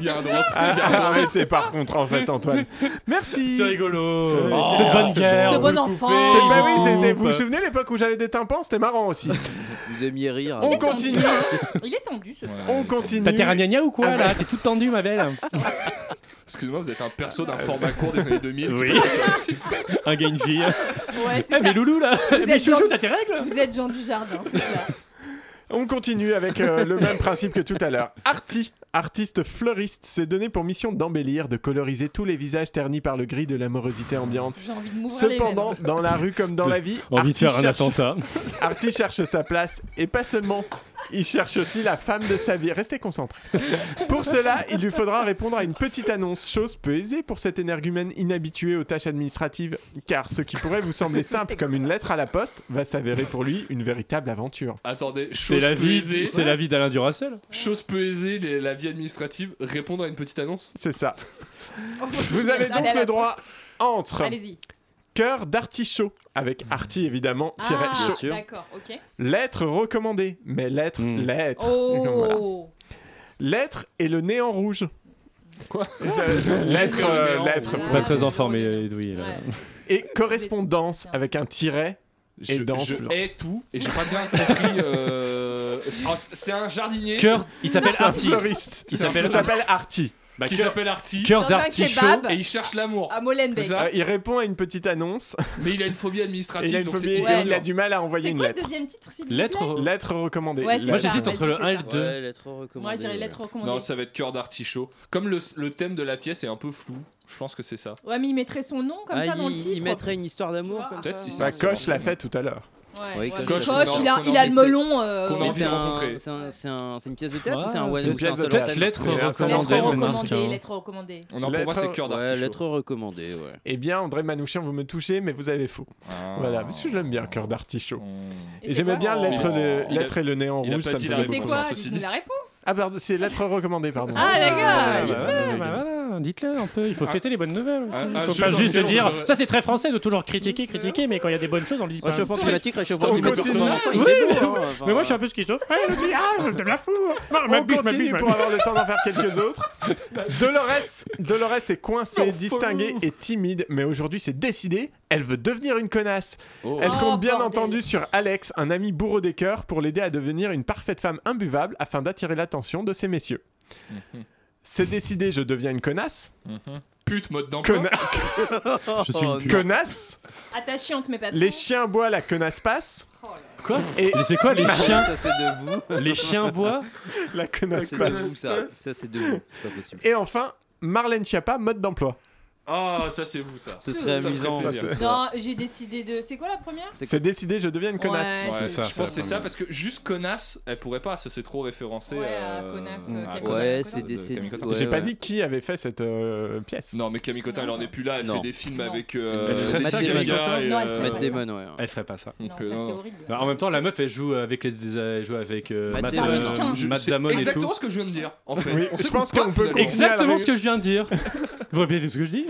F: Il y a un drop.
A: ah, ah, arrêtez par contre en fait Antoine. Merci. C'est rigolo.
M: cette
H: Ah,
M: bonne guerre,
I: Ce on bon peut enfant. couper,
A: C'est bah
I: on
A: oui,
I: coupe.
A: c'était- vous vous souvenez l'époque où j'avais des tympans, c'était marrant aussi.
I: Vous aimiez rire.
A: On continue.
E: Ah, Il est tendu ce frère.
A: On continue.
M: T'as terra gna gna ou quoi
A: Ah
M: là
A: bah-
M: T'es toute tendue ma belle
F: Excusez-moi, vous êtes un perso d'un format court des années 2000.
M: Oui. Un gars, une fille.
E: Ouais, c'est
M: Eh, mais
E: ça.
M: Loulou là
E: Vous
M: Mais
E: êtes
M: Chouchou,
E: Jean-
M: t'as tes règles
E: Vous êtes Jean du Jardin, c'est ça.
A: On continue avec euh, le même principe que tout à l'heure. Arti, artiste fleuriste, s'est donné pour mission d'embellir, de coloriser tous les visages ternis par le gris de l'amorosité ambiante.
E: J'ai envie de m'ouvrir les
A: Cependant,
E: veines.
A: dans la rue comme dans la vie,
M: Envie de
A: Arti
M: faire un
A: cherche-
M: attentat.
A: Arti cherche sa place et pas seulement. Il cherche aussi la femme de sa vie. Restez concentrés. Pour cela, il lui faudra répondre à une petite annonce, chose peu aisée pour cet énergumène inhabitué aux tâches administratives, car ce qui pourrait vous sembler simple comme une lettre à la poste va s'avérer pour lui une véritable aventure.
F: Attendez,
M: C'est
F: chose
M: la
F: peu
M: vie,
F: aisée.
M: c'est la vie d'Alain Duracell.
F: Chose peu aisée, les- la vie administrative, répondre à une petite annonce.
A: C'est ça. Vous avez donc le droit entre
E: Allez-y.
A: cœur d'artichaut, avec arti évidemment, tiré
E: Ah,
A: chaud.
E: D'accord, ok.
A: Lettre recommandée, mais lettre, lettre. Donc, voilà.
E: Oh
A: Lettre et le néant rouge. Quoi Lettre,
M: Et le
A: euh,
M: néant
A: lettre.
M: rouge. Pas très en forme, euh, Edoui. là.
A: Et correspondance avec un tiret et
F: Je-
A: danse.
F: je
A: blanc.
F: hais tout et j'ai pas bien compris. euh, ah, C'est un jardinier.
A: Cœur, il s'appelle
F: Ah, C'est un
A: Artie.
F: fleuriste.
A: Il
F: C'est un
A: s'appelle- il
F: fleuriste.
A: s'appelle Artie. Bah,
F: qui
A: cœur-
F: s'appelle Artie.
A: cœur Dans un
E: d'artichaut. kebab.
F: Et il cherche l'amour.
E: À Molenbeek.
F: C'est ça
A: Euh, il répond à une petite annonce.
F: Mais il a une phobie administrative.
A: Et il a une
F: donc c'est
A: phobie et
F: hyper
A: il a
F: dur.
A: du mal à envoyer
E: C'est
A: une
E: quoi le
A: lettre.
E: deuxième titre, s'il vous
A: Lettre,
E: plaît
A: recommandée.
E: Ouais, c'est Moi, ça, j'hésite ouais, entre le c'est 1 et le ça. 2.
I: Ouais, lettre recommandée.
E: Moi, je dirais lettre recommandée.
F: Non, ça va être cœur d'artichaut. Comme le, le thème de la pièce est un peu flou, je pense que c'est ça.
E: Ouais, mais il mettrait son nom comme
I: Ah,
E: ça dans le
I: il-
E: titre.
I: il mettrait une histoire d'amour comme
F: Peut-être
I: ça.
F: si c'est
A: Bah,
F: un
A: Coche
F: sort.
A: l'a fait tout à l'heure.
E: Ouais,
I: Oui,
E: ouais,
I: Coche,
E: Coche,
I: on
E: il a,
I: qu'on
E: il a le
I: envie,
E: melon. euh,
I: Mais c'est
E: ouais.
I: un-
F: rencontrer.
I: c'est un- c'est un- c'est une pièce de théâtre ou c'est un
H: Ouais,
I: one
H: c'est une
I: ou c'est un
H: pièce de
I: seul
H: théâtre.
I: ensemble
H: Lettre
I: C'est un seul
H: recommandée. Recommandé,
E: Lettre recommandée,
H: Marc, hein.
E: lettre recommandée.
F: Non, pour moi, c'est cœur
I: Ouais,
F: d'artichaut.
I: lettre recommandée, ouais.
A: Eh bien, André Manouchian, vous me touchez, mais vous avez faux.
F: Ah.
A: Voilà, parce que je l'aime bien, cœur d'artichaut.
E: Et
A: Et
E: c'est
A: j'aimais
E: quoi
A: bien lettre,
F: Mais-
A: le- lettre et le néant
F: Mm. Oh. Il a
A: rouge,
F: pas
A: ça me
F: dit
A: faisait
F: la
A: beaucoup
E: C'est
A: penser.
E: quoi
F: ceci dit.
E: dites-nous la réponse
A: Ah, pardon, c'est lettre recommandée, pardon.
E: Ah, les gars,
A: Ouais,
E: dites-le.
A: ouais, ouais,
M: Bah
A: ouais.
M: voilà, dites-le un peu, il faut
A: Ah.
M: fêter les bonnes nouvelles. aussi.
F: Ah,
M: Il
F: ah,
M: faut
F: je
M: pas
F: suis
M: juste
F: gentil,
M: dire.
F: on devrait-
M: Ça, c'est très français de toujours critiquer, critiquer, mais quand il y a des bonnes choses, on le dit pas.
I: Réchauffement climatique, réchauffement
A: On
I: climatique.
A: continue.
I: dans l'ensemble,
M: Oui,
I: c'est beau,
M: mais-
I: hein, enfin,
M: Mais moi, je suis un peu schizo. Ah, le petit, ah, je la fous. Ah, ma
A: On
M: bise, ma bise,
A: continue
M: ma
A: pour
M: bise.
A: avoir le temps d'en faire quelques autres. Dolores, Dolores est coincée, distinguée et timide, mais aujourd'hui c'est décidé, elle veut devenir une connasse. Elle
E: Oh,
A: compte bien
E: bordel.
A: entendu sur Alex, un ami bourreau des cœurs, pour l'aider à devenir une parfaite femme imbuvable afin d'attirer l'attention de ces messieurs. C'est décidé, je deviens une connasse.
F: Pute, mode d'emploi.
A: Conna-
M: Je suis une pute.
A: Connasse.
E: Attachante, mais pas trop.
A: Les chiens bois, la connasse passe.
M: Quoi
A: Et
M: Mais c'est quoi les chiens
I: Ça, c'est de vous.
M: Les chiens bois
A: la
I: Ça,
A: connasse
I: c'est de vous,
A: passe.
I: ça. Ça, c'est de vous. C'est pas possible.
A: Et enfin, Marlène Schiappa, mode d'emploi.
F: Ah, ça c'est vous ça.
I: Ce serait
F: Ça me ferait
I: amusant.
F: plaisir.
I: ça.
E: Non, j'ai décidé de. C'est quoi la première
A: C'est décidé, je deviens une connasse.
E: Ouais,
F: Ouais,
E: c'est
F: je pense que c'est ça parce que juste connasse, elle pourrait pas, ça c'est trop référencé.
E: Ouais,
F: à
E: à connasse, euh,
F: à
E: Camille
F: connasse
I: Ouais,
F: de-
I: c'est
F: de
I: des-
F: Camille Cotin.
I: ouais,
A: J'ai pas
I: ouais.
A: dit qui avait fait cette euh, pièce.
F: Non, mais Camille Cotin, elle en est plus là, elle
I: Non.
F: fait des films
E: Non.
F: avec
M: Elle
F: euh,
M: ferait
F: des
M: ça,
F: Sega
M: Camille Cotin
F: et,
E: Non, elle
F: euh,
E: ferait
I: Matt
E: pas
I: Damon, ouais.
M: Elle ferait pas ça.
F: donc,
E: Non,
F: euh,
E: ça c'est
F: non.
E: horrible.
M: Bah, en même temps, la meuf, elle joue avec les, elle joue avec euh,
I: Matt
M: Matt,
I: Damon.
M: euh,
E: Américain.
F: Je-
M: Matt
F: c'est
M: Damon et
F: exactement
M: tout.
F: ce que je viens de dire en fait.
A: Oui,
F: On
A: je
F: s'écoute
A: pense
F: pas,
A: qu'on peut continuer.
F: finalement.
M: Exactement
A: Exactement
M: ce que je viens de dire. Vous répétez ce que je dis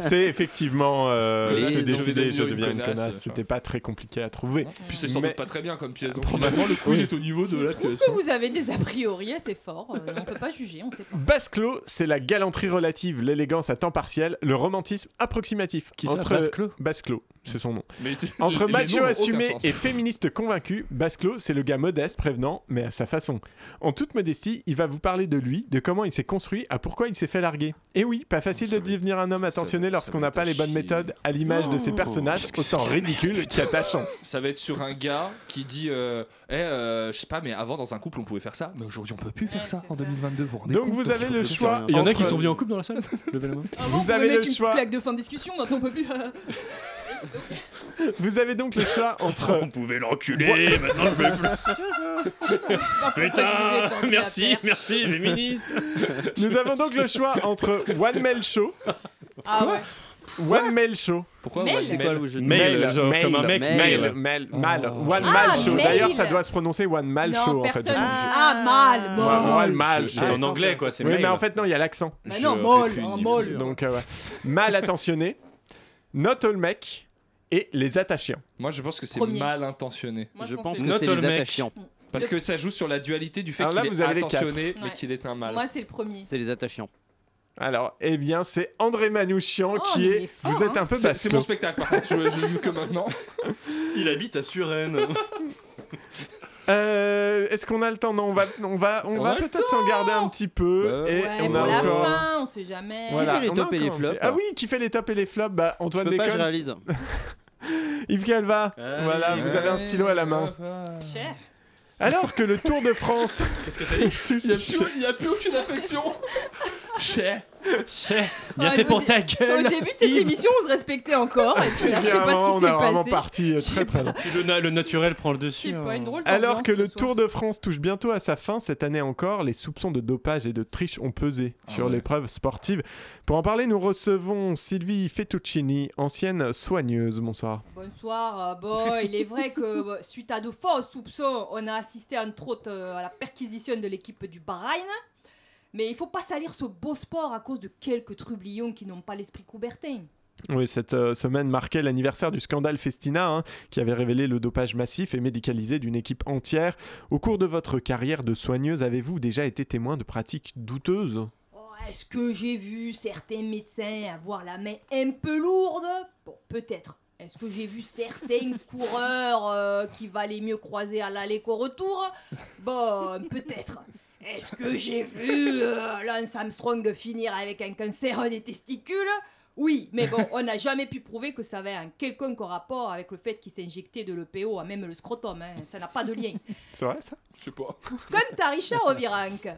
A: c'est effectivement euh,
F: Connasse,
A: se
F: je
A: décider,
F: deviens
A: je
F: une
A: deviens une
F: connasse,
A: connasse.
F: ça.
A: C'était pas très compliqué à trouver.
F: Puis c'est sans
A: Mais-
F: doute pas très bien comme pièce. Donc finalement, le quiz
A: Oui.
F: est au niveau de la
E: Je
F: pièce.
E: trouve que vous avez des a priori assez forts. euh, on peut pas juger, on sait pas.
A: Basclos, c'est la galanterie relative, l'élégance à temps partiel, le romantisme approximatif.
M: ça, Basclos
A: Basclos, c'est son nom.
F: Mais tu-
A: Entre
F: les- les noms
A: macho
F: n'ont aucun
A: assumé
F: sens.
A: et féministe convaincu, Basclos, c'est le gars modeste, prévenant, mais à sa façon. En toute modestie, il va vous parler de lui, de comment il s'est construit, à pourquoi il s'est fait larguer. Et oui, pas facile de devenir un homme attentionné lorsqu'on n'a pas les bonnes méthodes, à l'image de ses
F: Oh,
A: personnages,
F: qu'est-ce que
A: autant
F: c'est que la
A: ridicules qu'attachants.
F: Ça va être sur un gars qui dit euh, Eh, euh, Je sais pas, mais avant dans un couple on pouvait faire ça, mais aujourd'hui on peut plus faire ça en 2022. vous vous rendez
A: Donc
F: compte,
A: vous avez
F: il
A: le
F: faut
A: choix
F: faire un-
A: Il y en a entre- qui
M: Ils sont venus en couple dans la salle
E: Avant, on
A: Vous
E: pouvait
A: avez le
E: mettre une
A: choix.
E: petite claque de fin de discussion, maintenant on peut plus. euh,
A: Vous avez donc le choix entre.
O: On pouvait l'enculer, maintenant je peux plus.
A: je vous ai
O: Putain,
A: tendu la
O: merci,
A: perche.
O: merci, féministe.
A: Nous avons donc le choix entre One Mail Show.
E: Ah ouais.
A: One Mail Show.
F: Pourquoi
O: Mail one
A: C'est
O: mail
A: quoi le jeu de
O: Mail, genre comme un mec,
A: Mail,
O: mail.
A: mail, mail, mal. One
E: Ah,
A: Mail Show.
E: mail.
A: D'ailleurs, ça doit se prononcer One Mail
E: non,
A: Show en fait.
E: personne. Ah, mal, mal.
A: One Mail
O: C'est en anglais, quoi, c'est
A: Oui,
O: mail.
A: mais en fait, non, il y a l'accent.
E: Bah non, Je- molle, aucune hein, molle. idée.
A: Donc, euh, ouais. Mal attentionné, Not All Mec et Les Attachants.
F: Moi je pense que c'est
A: Premier.
F: mal intentionné.
A: Moi, je Je pense pense que que c'est c'est les les attachants. attachants.
F: Parce que ça joue sur la dualité du fait
A: Alors
F: qu'il
A: là, vous
F: est
A: avez les
F: attentionné
A: quatre.
F: mais
E: Ouais.
F: qu'il est un mal.
E: Moi, c'est le premier.
A: C'est Les Attachants. Alors, eh bien, c'est André Manouchian qui
E: mais
A: est.
E: il est fort,
A: vous êtes
E: hein.
A: un peu
F: C'est- C'est
A: Basclos.
F: mon spectacle par contre, je, je joue que maintenant.
O: Il habite à Suresnes.
A: Euh, Est-ce qu'on a le temps Non, on va, on va, on
O: On
A: va
O: a le
A: peut-être s'en garder un petit peu. et
E: Ouais,
A: on
E: pour
A: a
E: la
A: encore.
E: fin, Hein, on sait jamais.
A: Voilà, on a
I: tops et
A: encore
I: les
A: un
I: flops
A: petit- Ah oui, qui fait les tops et les flops Bah, Antoine
I: Je peux pas, je
A: Déconne.
I: réalise.
A: Yves Calva.
E: Ah,
I: Allez,
A: voilà, vous avez un
I: allez,
A: stylo à la main.
E: Cher.
A: Alors que le Tour de France.
O: Qu'est-ce que t'as dit
F: Il n'y a, plus- il y a plus aucune affection. Cher.
M: Cher.
E: Ah, au dé- Au début de cette émission, on se respectait encore. Et puis là, je sais pas ce qui s'est passé.
A: euh, très très loin.
M: Le, na- le naturel prend le dessus. hein.
A: Alors que le Tour de France touche bientôt à sa fin, cette année encore, les soupçons de dopage et de triche ont pesé
E: Ah
A: sur l'épreuve sportive. Pour en parler, nous recevons Sylvie Fettuccini, ancienne soigneuse. Bonsoir.
E: Bonsoir. euh, Bon, il est vrai que euh, suite à de forts soupçons, on a assisté entre autres euh, à la perquisition de l'équipe du Bahreïn. Mais il faut pas salir ce beau sport à cause de quelques trublions qui n'ont pas l'esprit coubertin.
A: Oui, cette euh, semaine marquait l'anniversaire du scandale Festina, hein, qui avait révélé le dopage massif et médicalisé d'une équipe entière. Au cours de votre carrière de soigneuse, avez-vous déjà été témoin de pratiques douteuses
E: Oh, Est-ce que j'ai vu certains médecins avoir la main un peu lourde Bon, peut-être. Est-ce que j'ai vu certains coureurs euh, qui valaient mieux croiser à l'aller qu'au retour Bon, peut-être. Est-ce que j'ai vu euh, Lance Armstrong finir avec un cancer des testicules Oui, mais bon, on n'a jamais pu prouver que ça avait un quelconque rapport avec le fait qu'il s'injectait de l'EPO à même le scrotum. hein. Ça n'a pas de lien
A: C'est vrai ça
F: Je sais pas.
E: comme Tarisha Ovirank.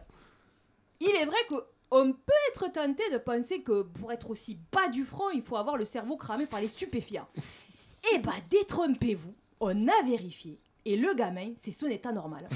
E: Il est vrai qu'on peut être tenté de penser que pour être aussi bas du front, il faut avoir le cerveau cramé par les stupéfiants. Eh bah, détrompez-vous, on a vérifié. Et le gamin, c'est son état normal.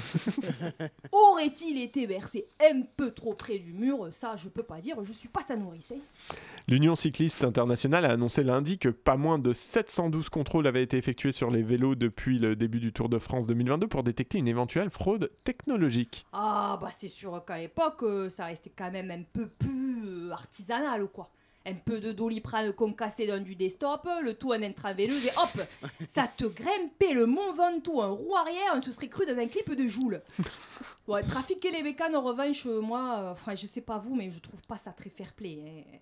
E: Aurait-il été versé un peu trop près du mur Ça, je peux pas dire, je suis pas sa nourrice. hein.
A: L'Union cycliste internationale a annoncé lundi que pas moins de 712 contrôles avaient été effectués sur les vélos depuis le début du Tour de France 2022 pour détecter une éventuelle fraude technologique.
E: Ah, bah c'est sûr qu'à l'époque, euh, ça restait quand même un peu plus euh, artisanal, quoi. Un peu de doliprane concassé dans du desktop, le tout en intraveineuse et hop Ça te grimpait le Mont Ventoux en roue arrière, on se serait cru dans un clip de Joule. Ouais, trafiquer les bécanes, en revanche, euh, moi, euh, enfin, je sais pas vous, mais je trouve pas ça très fair-play. hein.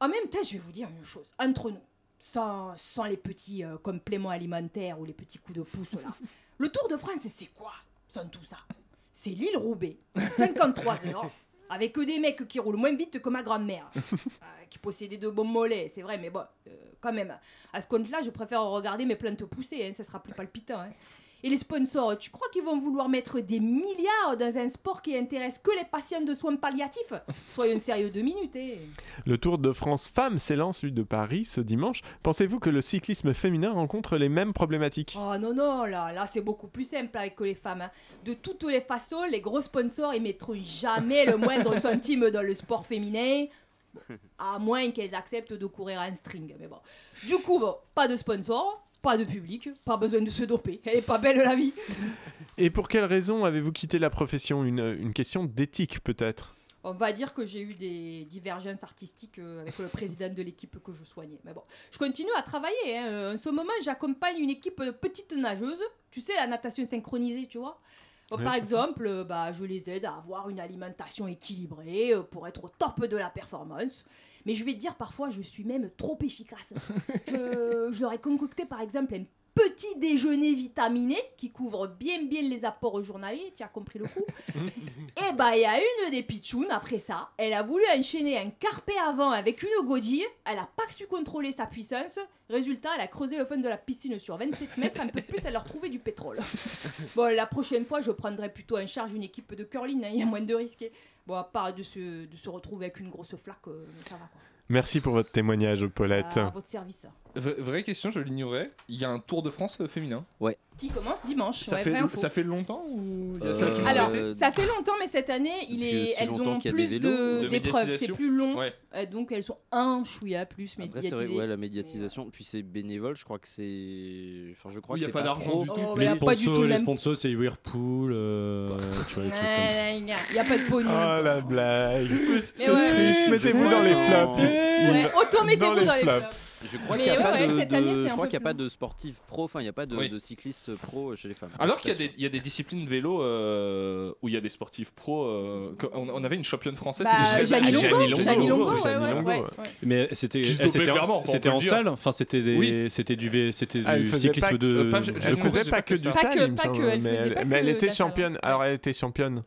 E: En même temps, je vais vous dire une chose, entre nous, sans, sans les petits euh, compléments alimentaires ou les petits coups de pouce là, le Tour de France, c'est quoi, sans tout ça C'est l'île Roubaix, 53 heures, avec que des mecs qui roulent moins vite que ma grand-mère, euh, qui possédait de bons mollets, c'est vrai, mais bon, euh, quand même, à ce compte-là, je préfère regarder mes plantes pousser, hein, ça sera plus palpitant. hein. Et les sponsors, tu crois qu'ils vont vouloir mettre des milliards dans un sport qui intéresse que les patients de soins palliatifs Soyons sérieux deux minutes, eh.
A: Le Tour de France Femmes s'élance, lui, de Paris ce dimanche. Pensez-vous que le cyclisme féminin rencontre les mêmes problématiques
E: Oh non, non, là, là c'est beaucoup plus simple avec que les femmes. hein. De toutes les façons, les gros sponsors, ils mettront jamais le moindre centime dans le sport féminin, à moins qu'elles acceptent de courir en string. Mais bon. Du coup, bon, pas de sponsor, pas de public, pas besoin de se doper. Elle est pas belle la vie.
A: Et pour quelle raison avez-vous quitté la profession une, une question d'éthique peut-être
E: on va dire que j'ai eu des divergences artistiques euh, avec le président de l'équipe que je soignais. Mais bon, je continue à travailler. hein. En ce moment, j'accompagne une équipe de petites nageuses. Tu sais, la natation synchronisée, tu vois. Bon,
P: Ouais.
E: Par exemple, euh, bah, je les aide à avoir une alimentation équilibrée euh, pour être au top de la performance. Mais je vais te dire, parfois, je suis même trop efficace. je, je leur ai concocté, par exemple, un petit déjeuner vitaminé qui couvre bien bien les apports journaliers, tu as compris le coup. Et bah, il y a une des pitchounes après ça. Elle a voulu enchaîner un carpé avant avec une godille. Elle a pas su contrôler sa puissance. Résultat, elle a creusé le fond de la piscine sur 27 mètres. Un peu plus, elle leur trouvait du pétrole. Bon, la prochaine fois, je prendrai plutôt en charge une équipe de curling. hein, Il y a moins de risques. Bon, à part de se, de se retrouver avec une grosse flaque, euh, ça va quoi. Bah,
A: Merci pour votre témoignage, Paulette.
E: À, votre service.
F: V- vraie question, je l'ignorais. Il y a un Tour de France euh, féminin.
I: Ouais.
E: Qui commence dimanche.
F: Ça,
E: ouais,
F: fait,
E: vraie info.
F: ça fait longtemps ou il y a- ça a
I: Euh,
F: toujours
E: Alors,
F: été
E: ça fait longtemps, mais cette année, il
I: Depuis
E: est,
I: aussi
E: elles
I: longtemps
E: ont
I: qu'il y a des
E: plus
I: vélos.
E: de-
I: De
E: d'épreuves, euh, c'est
I: médiatisation.
E: plus long,
I: Ouais.
E: Euh, donc elles sont un chouïa plus
I: Après, c'est
E: médiatisées.
I: vrai, ouais, la médiatisation. Puis c'est bénévole, je crois que c'est. Enfin, je crois
E: Oui,
I: que
E: y a
I: c'est
E: pas d'argent
I: pro.
E: du tout. Oh, mais y a pas du tout le
H: les
E: même-
H: sponsors, c'est Whirlpool, euh, tu vois, les trucs comme ça.
E: Il n'y a pas de bonus.
A: Oh la blague. C'est
E: ouais.
A: triste. Mettez-vous dans les flops.
E: Ouais,
I: Yves.
E: autant mettez-vous dans les flops.
I: Je crois
E: Mais
I: qu'il n'y a,
E: ouais,
I: pas
E: ouais,
I: de-
E: cette
I: de-
E: année, c'est
I: je
E: un
I: crois
E: peu
I: qu'il y a
E: plus
I: pas de sportifs pro, enfin, il n'y a pas de,
F: Oui.
I: de cyclistes pro chez les femmes.
F: Alors qu'il y, a des- il y a des disciplines vélo euh, où il y a des sportifs pros. euh, que- on, on avait une championne française.
E: Bah,
F: qui s'appelait
E: Jeannie Longo, Jeannie Longo, ouais,
F: Jeannie
E: ouais,
F: Longo,
E: ouais,
A: euh,
F: ouais.
H: Mais c'était
F: Qui se
H: elle,
F: dopait
H: c'était
F: clairement,
H: en,
F: on peut
H: c'était
F: le
H: en
F: dire.
H: salle, enfin c'était des c'était du V- c'était
A: Ah, elle
H: du
A: faisait
H: cyclisme
A: pas-
H: de
A: euh, pas-
H: de
A: elle
H: course.
A: faisait pas que du
E: Pas
A: sale,
E: que-
A: il me
E: pas
A: semble, hein,
E: que, elle
A: mais
E: faisait
A: elle,
E: pas
A: mais elle
E: que de
A: était
E: la salle,
A: championne. Alors elle était championne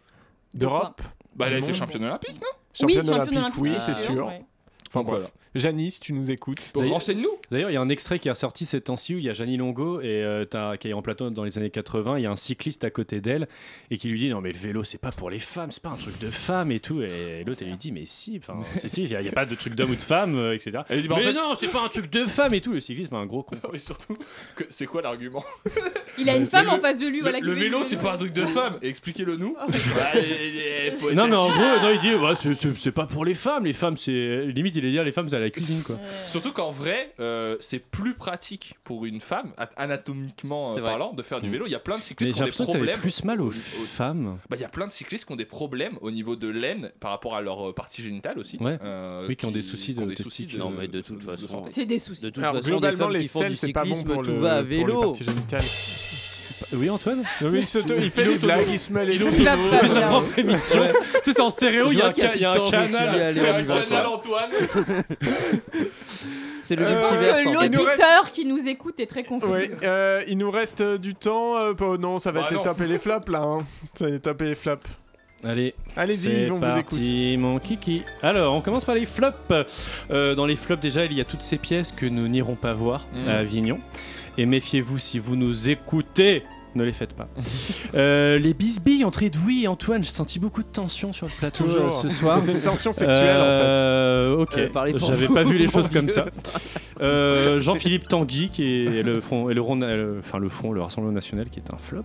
A: d'Europe.
F: Bah, elle a
A: Du
F: été
A: monde.
F: championne olympique, non
A: Championne
F: Oui, championne
A: olympique,
F: olympique,
A: oui,
F: c'est
A: c'est
F: sûr,
A: sûr.
F: ouais.
A: Enfin
H: Voilà.
A: bref. Janice, tu nous écoutes.
I: bah,
H: D'ailleurs-
F: Renseigne-nous.
H: D'ailleurs, il y a un extrait qui est sorti ces temps-ci où il y a Jeannie Longo et euh, t'as- qui est en plateau dans les années 80. Il y a un cycliste à côté d'elle et qui lui dit non mais le vélo c'est pas pour les femmes, c'est pas un truc de femme et tout. Et l'autre elle lui dit mais si, enfin si, si, il n'y a, il y a pas de truc d'homme ou de femme, euh, etc.
F: lui dit, bah, en
H: mais
F: fait-
H: non, c'est pas un truc de femme et tout. Le cycliste, un gros con.
F: Ah Oui, surtout, que- c'est quoi l'argument
E: Il a une
F: C'est
E: femme
F: le-
E: en face de lui.
F: Le,
E: voilà, qui
F: le
E: lui dit
F: vélo,
E: le
F: c'est pas un truc de femme. Expliquez-le nous.
E: Oh,
F: Bah,
H: Non mais en gros, non, il dit ouais, c'est- c'est c'est pas pour les femmes. Les femmes c'est limite il est dire les femmes c'est à la cuisine quoi.
F: Surtout qu'en vrai, euh, c'est plus pratique pour une femme, a- anatomiquement euh,
H: C'est vrai. Mm.
F: parlant, de faire du vélo. Il y a plein de
H: Mais
F: cyclistes
H: j'ai
F: qui ont des
H: l'impression que ça fait
F: problèmes.
H: plus mal aux femmes.
F: Bah, il y a plein de cyclistes qui ont des problèmes au niveau de l'aine par rapport à leur euh, partie génitale aussi.
H: Ouais.
F: Euh,
H: oui, qui ont des soucis de
F: des soucis
H: testicules.
F: de-
I: Non, mais de toute
F: de
I: façon.
F: santé.
E: C'est des soucis.
I: De toute
A: Alors,
I: façon,
A: globalement,
I: femmes
A: les
I: qui font du
A: selles, c'est pas bon
I: cyclisme,
A: pour
I: tout
A: le-
I: va à
A: pour les
I: vélo.
A: parties génitales.
H: Oui, Antoine
A: Non, mais il, se- il fait
H: Il
A: des
H: auto-
A: blagues, il se met les
H: il auto- il fait sa propre émission.
A: Ouais.
H: tu sais, c'est en stéréo, il y a un,
A: Je vois
H: ca- il y a un
A: Capitaine, je
H: canal.
A: suis allé,
H: il y a
A: on
H: un
A: y va,
H: canal
A: toi.
F: Antoine
I: C'est
A: le
E: Je pense
A: multiverse, en
E: que
A: fait.
E: l'auditeur qui nous écoute est très confus.
A: Ouais, euh, il nous reste euh, du temps. euh, pour- non, ça va
F: Bah
A: être
F: non.
A: les tapés les flaps là. hein. Ça va être taper les flaps.
H: Allez,
A: Allez-y,
H: c'est
A: on vous
H: parti, mon kiki. Alors, on commence par les flops. Euh, dans les flops, déjà, il y a toutes ces pièces que nous n'irons pas voir
F: Mhm.
H: à Avignon. Et méfiez-vous, si vous nous écoutez, ne les faites pas. Euh, les bisbilles entre Edoui et Antoine, j'ai senti beaucoup de tension sur le plateau
A: Toujours.
H: euh, ce soir.
A: C'est une tension sexuelle, en fait.
H: Euh,
A: Euh, parlez
H: Ok,
A: pour
H: j'avais
A: vous,
H: pas vu les
A: mon
H: choses comme
A: vieux.
H: ça. Euh, Jean-Philippe Tanguy, qui est le front, et le rond, euh, enfin le front, le Rassemblement National, qui est un flop.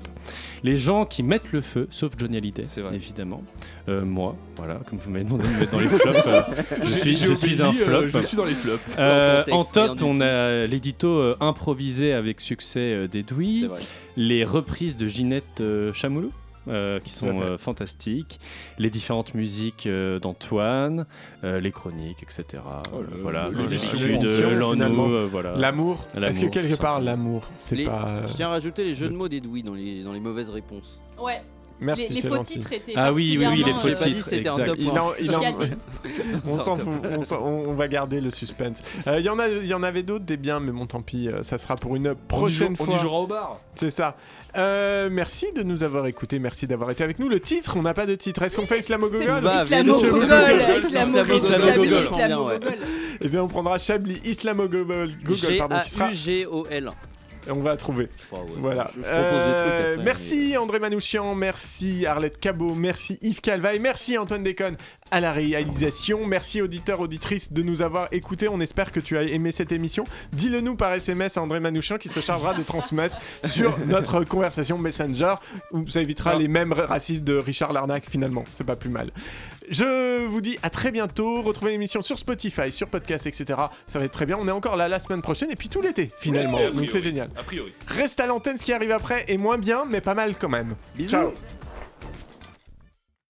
H: Les gens qui mettent le feu, sauf Johnny Hallyday, évidemment. Euh, moi, voilà, comme vous m'avez demandé de me mettre dans les flops, euh, je,
F: J'ai-
H: suis,
F: j'ai
H: je suis un
F: obéi,
H: flop.
F: euh, je suis dans les flops.
H: Euh,
F: Sans
H: en
F: contexte, rien
H: top,
F: du
H: on a l'édito euh, improvisé avec succès euh, d'Edoui, les reprises de Ginette euh, Chamoulou. euh, qui
A: à
H: sont
A: fait.
H: euh, fantastiques, les différentes musiques euh, d'Antoine, euh, les chroniques, etc.
A: Oh là
H: Euh,
A: là,
H: voilà,
A: l'émission,
H: Celui de
A: l'émission,
H: Lano,
A: finalement.
H: euh, voilà.
A: L'amour. Est-ce que
H: L'amour,
A: quelque
H: tout
A: part l'amour, c'est
I: Les-
A: pas. euh,
I: Je tiens à rajouter les jeux de mots d'Edoui dans les, dans les mauvaises réponses.
E: Ouais.
A: Merci,
E: les, les
A: c'est
E: faux
A: gentil.
E: titres étaient.
H: Ah oui, oui, oui, les
E: particulièrement,
H: faux
E: euh,
H: titres, exact.
A: Il en- il en-
E: Chiadé.
A: on s'en
I: Sorte.
A: fout, on, s'en- on- on va garder le suspense. Euh, Il y en a, il y en avait d'autres des biens, mais bon, tant pis, euh, ça sera pour une prochaine
F: jou- on y
A: fois.
F: jouera au bar.
A: C'est ça. Euh, merci de nous avoir écoutés, merci d'avoir été avec nous. Le titre, on n'a pas de titre. Est-ce qu'on fait Islamogogon
I: Bah, Islamo-Gogol, Islamo-Gogol, Islamo-Gogol, Islamo-Gogol. Islamo-Gogol.
A: Eh bien, on prendra Chablis Islamogogol, Gogol, pardon, qui sera
I: G-A-U-G-O-L.
A: Et on va trouver. Voilà.
I: Je propose des trucs
A: Euh,
I: après,
A: merci André Manouchian, merci Arlette Cabot, merci Yves Calvaille, merci Antoine Déconne à la réalisation. Merci auditeurs, auditrices de nous avoir écoutés. On espère que tu as aimé cette émission. Dis-le nous par SMS à André Manouchian qui se chargera de transmettre sur notre conversation Messenger où ça évitera
I: Ah.
A: les mêmes racistes de Richard Larnac finalement. C'est pas plus mal. Je vous dis à très bientôt. Retrouvez l'émission sur Spotify, sur podcast, etc. Ça va être très bien. On est encore là la semaine prochaine et puis tout l'été finalement.
F: Oui, a
A: Donc c'est
F: priori.
A: génial.
F: A priori.
A: Reste à l'antenne, ce qui arrive après est moins bien, mais pas mal quand même. Ciao